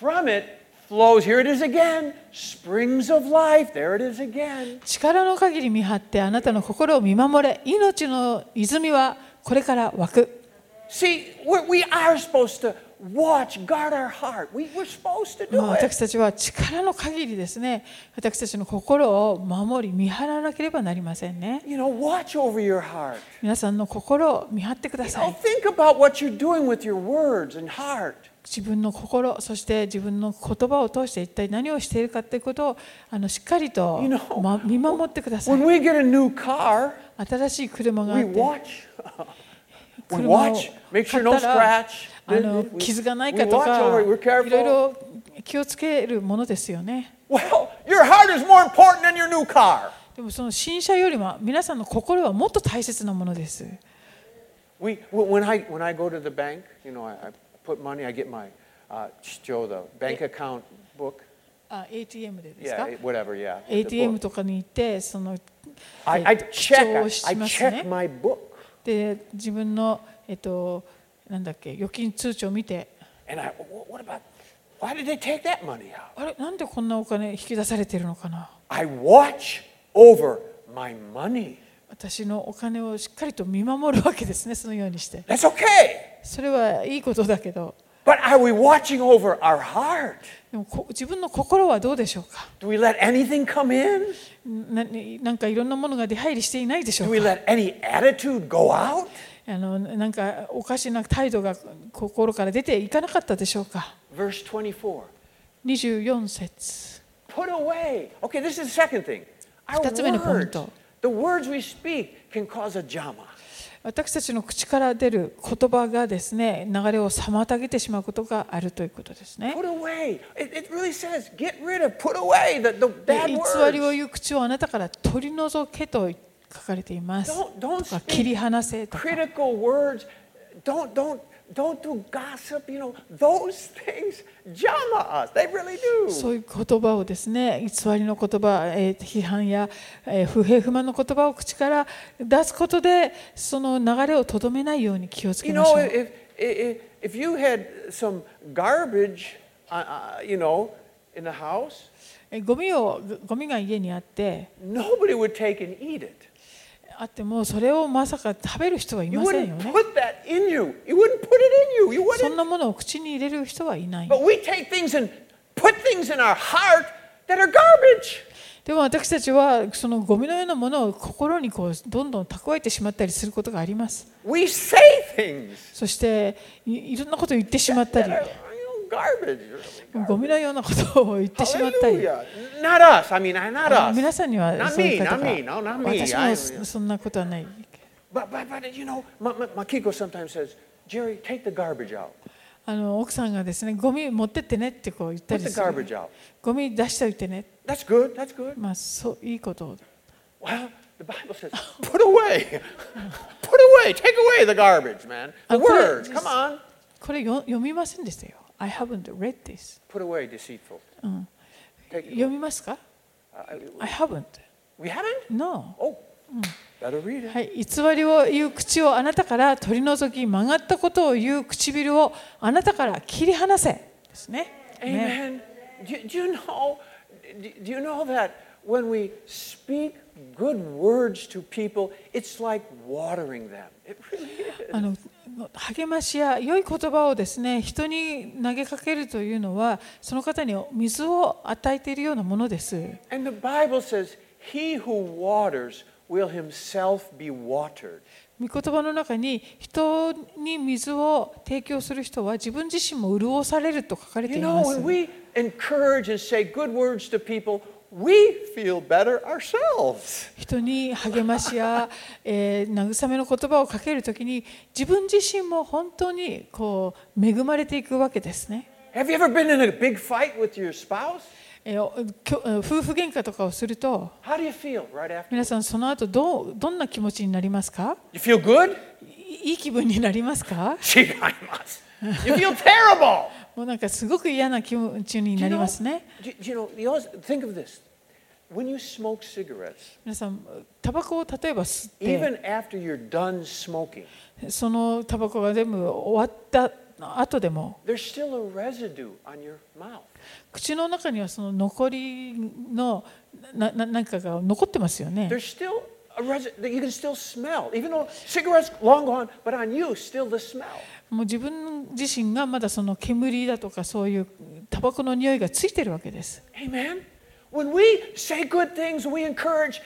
Speaker 1: From it flows, here it is again, springs of life. There it is again.
Speaker 2: 力の限り見張ってあなたの心を見守れ命の泉はこれから湧く
Speaker 1: See, we're, we are supposed to watch, guard our heart. We, we're supposed to
Speaker 2: ま
Speaker 1: do
Speaker 2: あ
Speaker 1: it.
Speaker 2: 私たちは力の限りですね私たちの心を守り見張らなければなりませんね
Speaker 1: You know, watch over your heart.
Speaker 2: 皆さんの心を見張ってくだ
Speaker 1: You
Speaker 2: さ
Speaker 1: know,
Speaker 2: い
Speaker 1: think about what you're doing with your words and heart.
Speaker 2: 自分の心そして自分の言葉を通して一体何をしているかということをあのしっかりと
Speaker 1: You know,
Speaker 2: ま見守ってください
Speaker 1: When we get a new car,
Speaker 2: 新しい車があっ
Speaker 1: we
Speaker 2: て
Speaker 1: watch. We
Speaker 2: 車を
Speaker 1: watch,
Speaker 2: 買
Speaker 1: make
Speaker 2: っ
Speaker 1: sure no
Speaker 2: たら
Speaker 1: scratch.
Speaker 2: あの
Speaker 1: We-
Speaker 2: 傷がない
Speaker 1: we
Speaker 2: かと
Speaker 1: watch
Speaker 2: か
Speaker 1: over it, we're
Speaker 2: い
Speaker 1: careful.
Speaker 2: ろいろ気をつけるものですよね
Speaker 1: Well, your heart is more important than your new car.
Speaker 2: でもその新車よりも皆さんの心はもっと大切なものです
Speaker 1: We, when I when I go to the bank, you know, I, I put money. I get my uh, Joe the bank account book.
Speaker 2: あ ATM でですか
Speaker 1: Yeah, it- whatever. Yeah. the
Speaker 2: ATM
Speaker 1: book.
Speaker 2: とかに行ってその
Speaker 1: I,
Speaker 2: え
Speaker 1: I
Speaker 2: 記
Speaker 1: check.
Speaker 2: 帳
Speaker 1: I,
Speaker 2: をし
Speaker 1: I
Speaker 2: ます
Speaker 1: check
Speaker 2: ね
Speaker 1: my book,
Speaker 2: で自分のえっとなんだっけ預金通帳を見て
Speaker 1: and I. "Wh- What about? Why did they take that money out?
Speaker 2: あれなんでこんなお金引き出されてるのかな
Speaker 1: I watch over my money.
Speaker 2: 私のお金をしっかりと見守るわけですねそのようにして
Speaker 1: That's okay.
Speaker 2: それはいいことだけど
Speaker 1: But are we watching over our heart?
Speaker 2: でもこ自分の心はどうでしょうか
Speaker 1: Do we let anything come in?
Speaker 2: ななんかいろんなものが出入りしていないでし
Speaker 1: Do
Speaker 2: ょ
Speaker 1: we
Speaker 2: うか
Speaker 1: let any attitude go out?
Speaker 2: あのなんかおかしな態度が心から出ていかなかったでしょうか
Speaker 1: Verse 24.
Speaker 2: 24節
Speaker 1: Put away. Okay, this is the second thing. Our
Speaker 2: 二つ目の
Speaker 1: words,
Speaker 2: ポイント。
Speaker 1: the words we speak can cause a jama.
Speaker 2: 私たちの口から出る言葉がですね流れを妨げてしまうことがあるということですね
Speaker 1: Put away. It, it really says get rid of, put away the, the
Speaker 2: で
Speaker 1: bad
Speaker 2: 偽りを
Speaker 1: words.
Speaker 2: 言う口をあなたから取り除けと書かれています。
Speaker 1: Don't- don't
Speaker 2: とか
Speaker 1: speak
Speaker 2: 切り離せとか
Speaker 1: Critical words. Don't, don't, don't do gossip. You know, those things jama us. They really do.
Speaker 2: そういう言葉をですね偽りの言葉、えー批判や、えー不平不満の言葉を口から出すことでその流れをとどめないように気をつ
Speaker 1: You
Speaker 2: けましょ
Speaker 1: know,
Speaker 2: う。
Speaker 1: if, if, if you had some garbage, uh, uh, you know, in the house,
Speaker 2: えーゴミをゴゴミが家にあって
Speaker 1: nobody would take and eat it.
Speaker 2: あってもそれをまさか食べる人はい
Speaker 1: You
Speaker 2: ませんよ
Speaker 1: wouldn't
Speaker 2: ね。
Speaker 1: put that in you. You wouldn't put it in you. You
Speaker 2: そ
Speaker 1: wouldn't.
Speaker 2: んなものを口に入れる人はいない。
Speaker 1: But we take things and put things in our heart that are garbage.
Speaker 2: でも私たちはそのゴミのようなものを心にこうどんどん蓄えてしまったりすることがあります。
Speaker 1: We say things
Speaker 2: そしていいろんなことを言ってしまったり
Speaker 1: that、are you know, garbage.
Speaker 2: ゴミのようなことを言ってしまったり、
Speaker 1: Hallelujah. Not us. I mean, not
Speaker 2: あの
Speaker 1: us.
Speaker 2: 皆さんには
Speaker 1: Not
Speaker 2: そうい
Speaker 1: me.
Speaker 2: う方
Speaker 1: Not
Speaker 2: が
Speaker 1: me. No, not me.
Speaker 2: 私
Speaker 1: I-
Speaker 2: もそそんなことはない。
Speaker 1: But, but, but you know, my, my, my Kiko sometimes says, Jerry, take the garbage out.
Speaker 2: あの奥さんがですね、ゴミ持ってってねってこう言った
Speaker 1: Put
Speaker 2: り
Speaker 1: the
Speaker 2: す
Speaker 1: garbage
Speaker 2: る。
Speaker 1: out.
Speaker 2: ゴミ出しておいてね。
Speaker 1: That's good. That's good.
Speaker 2: まあそういいことを。
Speaker 1: Well, the Bible says, put away. put away. Take away the garbage, man. The
Speaker 2: Uh, put
Speaker 1: words.
Speaker 2: it-
Speaker 1: Come on.
Speaker 2: これよ読みませんでしたよ。I haven't read this.
Speaker 1: Put away deceitful.
Speaker 2: うん、
Speaker 1: Take it
Speaker 2: 読みますか
Speaker 1: away. Uh,
Speaker 2: ?I haven't.
Speaker 1: we haven't?
Speaker 2: No.
Speaker 1: Oh,
Speaker 2: Mm.
Speaker 1: better read it.
Speaker 2: はい、偽りを言う口をあなたから取り除き曲がったことを言う唇をあなたから切り離せですね。ね
Speaker 1: Amen. Do, do you know? Do, do you know that when we speak good words to people, it's like watering them. It really is.
Speaker 2: あの励ましや良い言葉をですね人に投げかけるというのはその方に水を与えているようなものです。
Speaker 1: And the Bible says, "He who waters will himself be watered."
Speaker 2: 御言葉の中に人に水を提供する人は自分自身も潤されると書かれて
Speaker 1: You
Speaker 2: い
Speaker 1: know,
Speaker 2: ます
Speaker 1: when。we encourage and say good words to people, we feel better ourselves.
Speaker 2: 人に励ましや、 えー慰めの言葉をかけるときに自分自身も本当にこう恵まれていくわけですね、
Speaker 1: Have you ever been in a big fight with your spouse?
Speaker 2: えーおきょ夫婦喧嘩とかをすると
Speaker 1: How do you feel right after?
Speaker 2: 皆さんその後どうどんな気持ちになりますか
Speaker 1: You feel good?
Speaker 2: いいい気分になりますか
Speaker 1: Chigaimas. You feel terrible.
Speaker 2: もうなんかすごく嫌な気持ちに
Speaker 1: Do
Speaker 2: な
Speaker 1: you
Speaker 2: り
Speaker 1: know,
Speaker 2: ますね
Speaker 1: do, do you know the Oz, think of this. When you smoke cigarettes,
Speaker 2: 皆さんタバコを例えば吸って
Speaker 1: even after you're done smoking,
Speaker 2: そのタバコが全部終わった後でも
Speaker 1: there's still a residue on your mouth.
Speaker 2: 口の中にはその残りのなななんかが残ってますよね
Speaker 1: There's still a residue that you can still smell. Even though cigarettes long gone, but on you still the smell.
Speaker 2: もう自分自身がまだその煙だとかそういうタバコの匂いがついてるわけです。
Speaker 1: Amen. When we say good things, we encourage,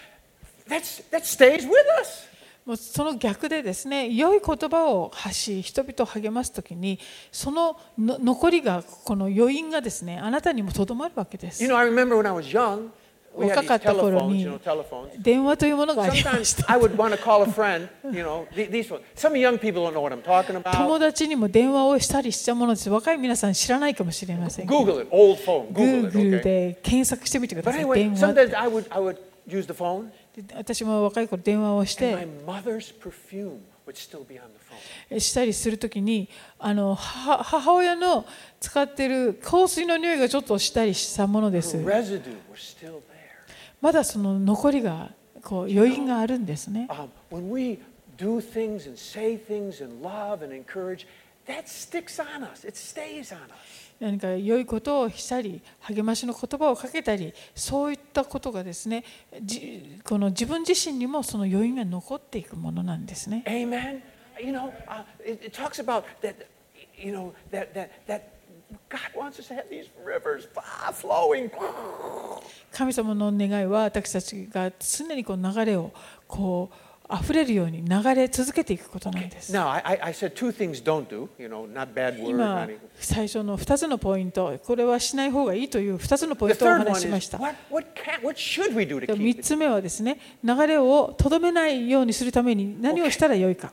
Speaker 1: that's, that stays with us.
Speaker 2: もうその逆でですね良い言葉を発し人々を励ます時にそのの残りがこの余韻がですねあなたにもとどまるわけで
Speaker 1: You
Speaker 2: す
Speaker 1: know,。I remember when I was young, we had
Speaker 2: 若
Speaker 1: these
Speaker 2: かった頃
Speaker 1: telephones,
Speaker 2: に
Speaker 1: you know, telephones.
Speaker 2: 電話というものがありまし
Speaker 1: Sometimes
Speaker 2: た。
Speaker 1: I would want to call a friend, you know, th- these ones. Some young people don't know what I'm talking
Speaker 2: 友
Speaker 1: about.
Speaker 2: 達にも電話をしたりしたものです。若い皆さん知らないかもしれませんけど。
Speaker 1: Google it, old phone, Google it,
Speaker 2: Google
Speaker 1: okay?
Speaker 2: で検索してみてくだ
Speaker 1: But
Speaker 2: さい。
Speaker 1: anyway,
Speaker 2: 電話って
Speaker 1: sometimes I would, I would use the phone,
Speaker 2: で私も若い頃電話をし
Speaker 1: and
Speaker 2: て
Speaker 1: my mother's perfume would still be on the phone.
Speaker 2: したりするときにあの母母親の使ってる香水の匂いがちょっとしたりしたものです
Speaker 1: The residue was still there.
Speaker 2: まだその残りがこう余韻があるんですね
Speaker 1: Um, when we do things and say things and love and encourage, that sticks on us. It stays on us.
Speaker 2: 何か良いことをしたり励ましの言葉をかけたりそういったことがですねじこの自分自身にもその余韻が残っていくものなんですね
Speaker 1: Amen. You know, uh, it, it talks about that. You know that that that God wants us to have these rivers ah, flowing.
Speaker 2: 神様の願いは私たちが常にこう流れをこう溢れるように流れ続けていくことなんです。
Speaker 1: Now, I, I- I said two things don't do. You know, not bad words.
Speaker 2: 今
Speaker 1: not even-
Speaker 2: 最初の2つのポイントこれはしない方がいいという2つのポイ
Speaker 1: The
Speaker 2: ントをお
Speaker 1: third
Speaker 2: 話し
Speaker 1: one
Speaker 2: しま
Speaker 1: is
Speaker 2: した
Speaker 1: what what can what should we do to
Speaker 2: 3
Speaker 1: keep it?
Speaker 2: つ目はですね流れをとどめないようにするために何をしたらよいか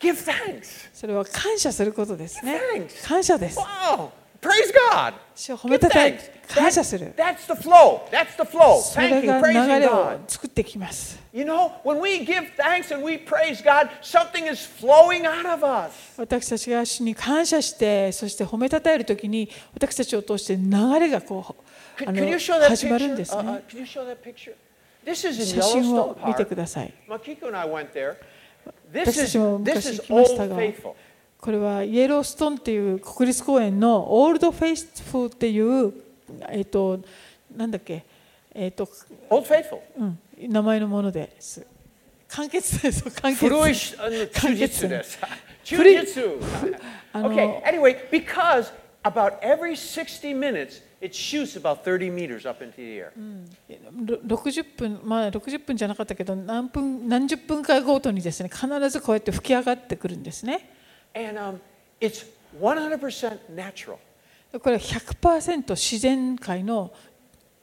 Speaker 1: Give thanks.
Speaker 2: それは感謝することですね
Speaker 1: Thanks.
Speaker 2: 感謝です
Speaker 1: Wow. Praise God.
Speaker 2: 主を褒め
Speaker 1: Give
Speaker 2: たたえ
Speaker 1: thanks.
Speaker 2: 感謝する
Speaker 1: That- that's the flow. That's the flow.
Speaker 2: それ
Speaker 1: Thanking,
Speaker 2: が流
Speaker 1: praising
Speaker 2: れを
Speaker 1: God.
Speaker 2: 作ってきます
Speaker 1: You know, when we give thanks and we praise God, something is flowing out of us.
Speaker 2: 私たちが主に感謝してそして褒めたたえるときに私たちを通して流れがこう
Speaker 1: Could,
Speaker 2: あ
Speaker 1: could
Speaker 2: の
Speaker 1: you show that
Speaker 2: 始まるん
Speaker 1: picture?
Speaker 2: です
Speaker 1: Uh, uh,
Speaker 2: ね
Speaker 1: could you show that picture? This is in
Speaker 2: 写真
Speaker 1: Yellowstone
Speaker 2: を見てく
Speaker 1: Park.
Speaker 2: ださい
Speaker 1: Makiko and I went there.
Speaker 2: 私
Speaker 1: This
Speaker 2: た
Speaker 1: is
Speaker 2: ちも
Speaker 1: this
Speaker 2: 昔
Speaker 1: is
Speaker 2: 行きまし
Speaker 1: Old
Speaker 2: たが
Speaker 1: Faithful.
Speaker 2: これはイエローストンっていう国立公園のオールドフェイスフルっていうえっ、となんだっけえっ、と、
Speaker 1: Old Faithful.
Speaker 2: うん、名前のものです完結です完結
Speaker 1: Furui sh- uh, Jujitsu です。
Speaker 2: 古い。
Speaker 1: Jujitsu.
Speaker 2: あの、
Speaker 1: Okay, anyway, because about every 60 minutes, it shoots about 30 meters up into the air.
Speaker 2: ろ60分まあ60分じゃなかったけど何分何十分かごとにですね必ずこうやって吹き上がってくるんですね
Speaker 1: And um, it's 100% natural.
Speaker 2: これは100%自然界の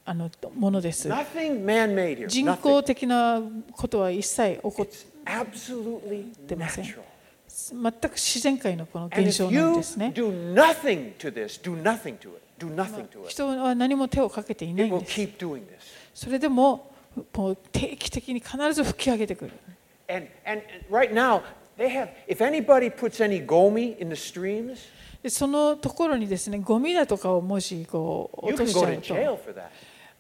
Speaker 2: あのものです
Speaker 1: Nothing man made here.
Speaker 2: 人
Speaker 1: Nothing.
Speaker 2: 工的なことは一切起こって
Speaker 1: It's absolutely
Speaker 2: 出ません。
Speaker 1: natural.
Speaker 2: 全く自然界のこの
Speaker 1: And
Speaker 2: 現
Speaker 1: if
Speaker 2: 象なん
Speaker 1: you
Speaker 2: ですね。
Speaker 1: do nothing to this, do nothing to it, do nothing to it,
Speaker 2: 人は何も手をかけてい
Speaker 1: it
Speaker 2: ないん
Speaker 1: will
Speaker 2: です。
Speaker 1: keep doing this.
Speaker 2: それでももう定期的に必ず吹き上げてくる。
Speaker 1: And, and and right now, they have, if anybody puts any gomi in the streams,
Speaker 2: でそのところにですね、ゴミだとかをもしこう
Speaker 1: you
Speaker 2: 落と
Speaker 1: can
Speaker 2: し
Speaker 1: go
Speaker 2: ちゃ
Speaker 1: to
Speaker 2: うと、
Speaker 1: jail for that.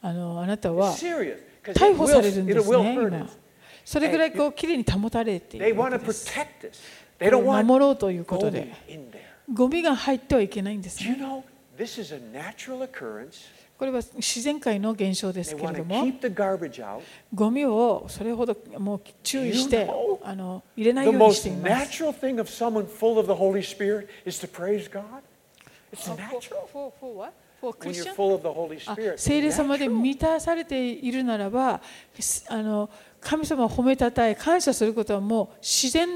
Speaker 2: あのあなた
Speaker 1: It's
Speaker 2: は
Speaker 1: serious. Because
Speaker 2: 逮
Speaker 1: it
Speaker 2: 捕され
Speaker 1: will,
Speaker 2: るん
Speaker 1: it
Speaker 2: です
Speaker 1: will
Speaker 2: ね、
Speaker 1: hurt
Speaker 2: 今
Speaker 1: us.。
Speaker 2: それぐらいこうきれいに保たれてい
Speaker 1: They
Speaker 2: るわ
Speaker 1: want
Speaker 2: け
Speaker 1: to
Speaker 2: です。
Speaker 1: protect us. They don't want
Speaker 2: 守ろうということで。
Speaker 1: gomi in there.
Speaker 2: ゴミが入ってはいけないんです
Speaker 1: Do you
Speaker 2: ね。
Speaker 1: know, this is a natural occurrence.
Speaker 2: これは自然界の現象で
Speaker 1: They
Speaker 2: すけれ
Speaker 1: want
Speaker 2: ど
Speaker 1: to
Speaker 2: も。
Speaker 1: keep the garbage out.
Speaker 2: ゴミをそれほどもう注意して
Speaker 1: You know,
Speaker 2: あの入れない
Speaker 1: The
Speaker 2: ようにし
Speaker 1: most
Speaker 2: ています
Speaker 1: natural thing of someone full of the Holy Spirit is to praise God. It's natural. When you're full of the Holy
Speaker 2: あ
Speaker 1: Spirit,
Speaker 2: 聖霊様で
Speaker 1: natural.
Speaker 2: 満たされているならばすあの神様を褒めたたえ感謝することはもう自然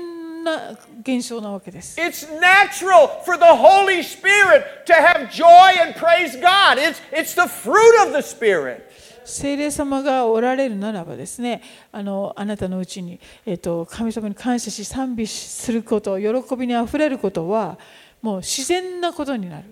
Speaker 2: な現象なわけです
Speaker 1: it's natural for the Holy Spirit to have joy and praise God. It's, it's the fruit of the Spirit.
Speaker 2: 聖霊様がおられるならばですねあのあなたのうちに、えっと神様に感謝し賛美すること喜びにあふれることはもう自然なことになる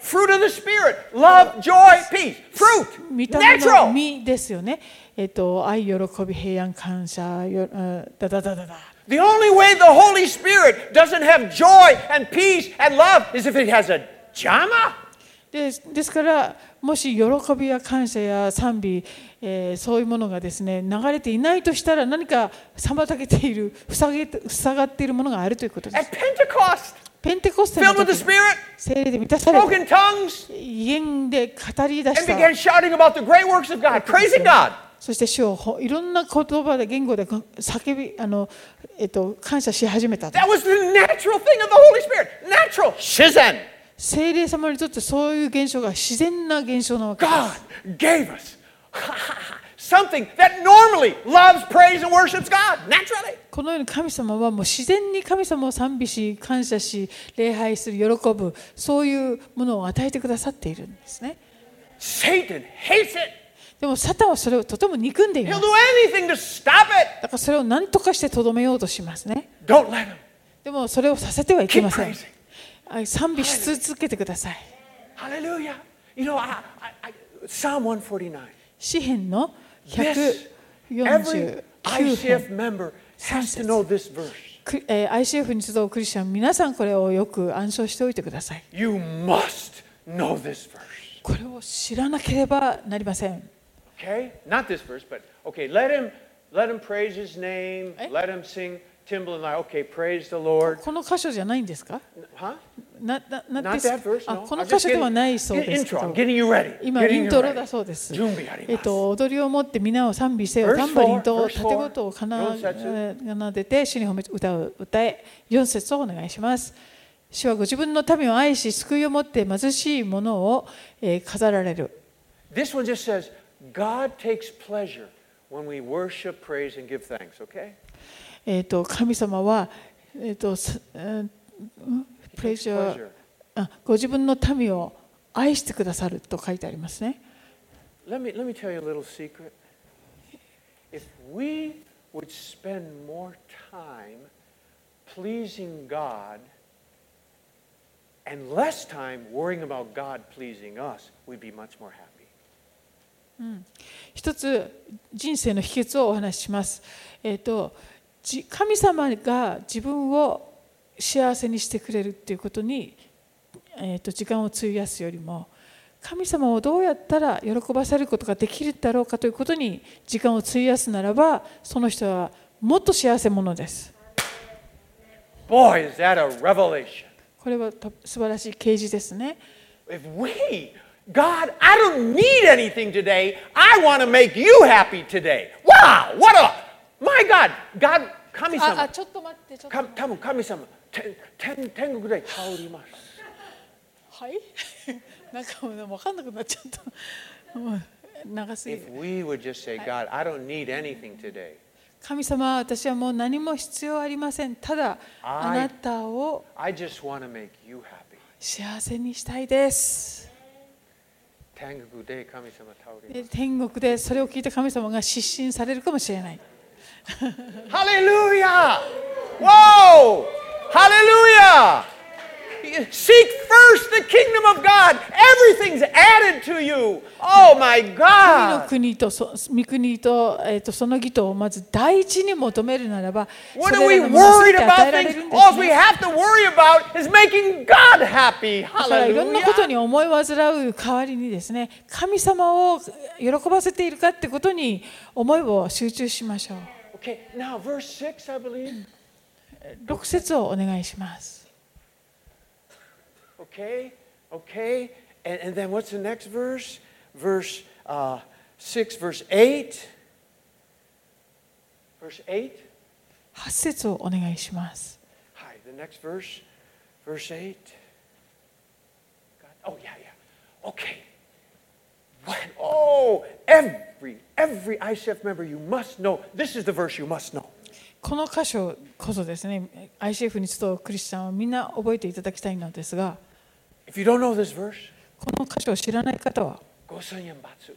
Speaker 1: Fruit of the Spirit love, joy, peace. Fruit.
Speaker 2: 見た目の
Speaker 1: Natural.
Speaker 2: 実ですよね、えっと愛喜び平安感謝よあダダダダダ
Speaker 1: The only way the Holy Spirit doesn't have joy and peace and love is if it has a jama.
Speaker 2: でですからもし喜びや感謝や賛美、えーそういうものがですね流れていないとしたら何か妨げている塞げて塞がっているものがあるということです
Speaker 1: At Pentecost,
Speaker 2: ペンテコステの
Speaker 1: filled with the
Speaker 2: 時
Speaker 1: Spirit,
Speaker 2: 聖霊で満たされ
Speaker 1: spoke
Speaker 2: て
Speaker 1: in tongues,
Speaker 2: 威厳で語り出
Speaker 1: and
Speaker 2: した
Speaker 1: began shouting about the great works of God, praising God.
Speaker 2: そして主をほいろんな言葉で言語でこ叫びあの、えっと、感謝し始めた
Speaker 1: That was the natural thing of the Holy Spirit. Natural. Shizen.
Speaker 2: 聖霊様にとってそういう現象が自然な現象なわけで
Speaker 1: God
Speaker 2: す
Speaker 1: gave us something that normally loves, praise, and worships God. Naturally.
Speaker 2: このように神様はもう自然に神様を賛美し感謝し礼拝する喜ぶそういうものを与えてくださっているんですね
Speaker 1: Satan hates it.
Speaker 2: でもサタンはそれをとても憎んでいま
Speaker 1: He'll
Speaker 2: す
Speaker 1: do anything to stop it.
Speaker 2: だからそれを何とかしてとどめようとしますね
Speaker 1: Don't let him.
Speaker 2: でもそれをさせてはいけませ
Speaker 1: Keep
Speaker 2: んあ賛美し続けてください
Speaker 1: Hallelujah. You know, I, I, I, Psalm 149.
Speaker 2: 詩篇の
Speaker 1: This, every
Speaker 2: 149
Speaker 1: ICF
Speaker 2: 編
Speaker 1: member has to
Speaker 2: Sunset.
Speaker 1: know this verse.
Speaker 2: くえー ICF に集うクリスチャン皆さんこれをよく暗唱しておいてください
Speaker 1: You must know this verse.
Speaker 2: これを知らなければなりません
Speaker 1: Okay? Not this verse, but okay, let him let him praise his name.
Speaker 2: Eh?
Speaker 1: Let him sing Timbaland. and I. Okay, praise the Lord.
Speaker 2: この箇所じゃないんですか
Speaker 1: Huh?
Speaker 2: ななな
Speaker 1: Not
Speaker 2: です
Speaker 1: that verse,
Speaker 2: あ
Speaker 1: no.
Speaker 2: この
Speaker 1: I'm
Speaker 2: 箇
Speaker 1: just
Speaker 2: 所ではない
Speaker 1: getting,
Speaker 2: そうですけ
Speaker 1: intro. I'm
Speaker 2: ど
Speaker 1: getting you ready.
Speaker 2: 今
Speaker 1: getting
Speaker 2: イ
Speaker 1: you
Speaker 2: ントロ
Speaker 1: ready.
Speaker 2: だそうです。
Speaker 1: 準備あります
Speaker 2: えっと踊りを持って皆を賛美せよ。
Speaker 1: Verse
Speaker 2: タンバリン
Speaker 1: four,
Speaker 2: と
Speaker 1: verse
Speaker 2: 盾事を奏
Speaker 1: four,
Speaker 2: 奏でて主に褒め歌を歌え。4節をお願いします。主はご自分の民を愛し救いを持って貧しいものを、えー飾られる。
Speaker 1: This one just says, God takes pleasure when we worship, praise, and give thanks. Okay?
Speaker 2: えっと神様はえっとさうんうんプレ
Speaker 1: Takes
Speaker 2: ジャー
Speaker 1: pleasure.
Speaker 2: あご自分の民を愛してくださると書いてありますね。
Speaker 1: Let me, let me tell you a little secret. If we would spend more time pleasing God and less time worrying about God pleasing us, we'd be much more happy.
Speaker 2: 一つ人生の秘訣をお話しします。えっとじ神様が自分を幸せにしてくれるっていうことに、えっと時間を費やすよりも神様をどうやったら喜ばせることができるだろうかということに時間を費やすならばその人はもっと幸せ者です。
Speaker 1: Boy, is that a revelation.
Speaker 2: これはと素晴らしい啓示ですね。
Speaker 1: If we, God, I don't need anything today. I want to make you happy today. Wow, what a, my God, God, 神
Speaker 2: ああ
Speaker 1: 様、
Speaker 2: ちょっと待ってちょっと
Speaker 1: か多分神様、天天天国で香ります。
Speaker 2: はい なんかもう分かんなくなっちゃった。もう長すぎる
Speaker 1: If。we would just say, God, I don't need anything today.
Speaker 2: 神様私はもう何も必要ありませんただ
Speaker 1: はい
Speaker 2: あなたを
Speaker 1: I just want to make you happy.
Speaker 2: 幸せにしたいです
Speaker 1: 天国で神様倒れ
Speaker 2: で天国でそれを聞いた神様が失神されるかもしれない
Speaker 1: Hallelujah! Whoa! Hallelujah! Seek first the kingdom of God. Everything's added to you. Oh my
Speaker 2: 神の
Speaker 1: God!
Speaker 2: 国とそ御国と,、えー、とその義とをまず第一に求めるならば
Speaker 1: What
Speaker 2: そ
Speaker 1: are
Speaker 2: れ
Speaker 1: we
Speaker 2: らのもの全
Speaker 1: worried
Speaker 2: て与え
Speaker 1: about
Speaker 2: られ
Speaker 1: things?
Speaker 2: るんです、
Speaker 1: All we
Speaker 2: ね、
Speaker 1: have to worry about is making God happy.
Speaker 2: だからいろんなこと
Speaker 1: Hallelujah!
Speaker 2: に思い煩う代わりにですね神様を喜ばせているかってことに思いを集中しましょう
Speaker 1: Okay, now verse 6, I believe.
Speaker 2: 6節をお願いします
Speaker 1: Okay, okay. And, and then what's the next verse? Verse uh, 6, verse 8. Verse 8.
Speaker 2: 8節をお願いします
Speaker 1: Hi, the next verse. Verse 8. God, oh, yeah, yeah. Okay. When, oh, every, every ICF member, you must know. This is the verse you must know.
Speaker 2: この箇所こそですね ICF に集うクリスチャンはみんな覚えていただきたいのですが
Speaker 1: If you don't know this verse,
Speaker 2: この箇所を知らない方は
Speaker 1: go Sunyan Batsu.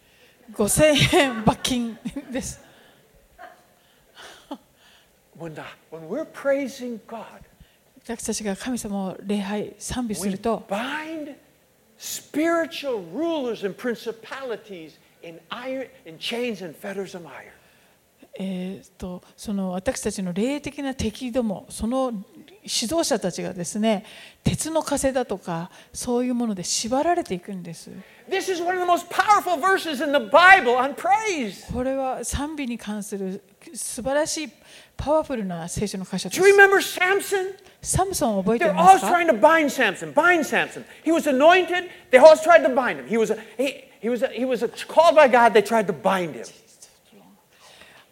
Speaker 2: 5000円罰金です。
Speaker 1: When, the, when we're praising God,
Speaker 2: 私たちが神様を礼拝、賛美す
Speaker 1: we
Speaker 2: ると、
Speaker 1: bind spiritual rulers and principalities in iron in chains and fetters of iron.
Speaker 2: えー、とその私たちの霊的な敵どもその指導者たちがですね鉄の風だとかそういうもので縛られていくんです
Speaker 1: This is one of the most powerful verses in the Bible on praise.
Speaker 2: これは賛美に関する素晴らしいパワフルな聖書の箇所で
Speaker 1: Do
Speaker 2: す
Speaker 1: you remember Samson?
Speaker 2: サムソンを覚えて
Speaker 1: They're
Speaker 2: いま
Speaker 1: always
Speaker 2: すか
Speaker 1: trying to bind Samson, bind Samson. He was anointed, they always tried to bind him. He was, a, he, he was, a, he was a, called by God, they tried to bind him.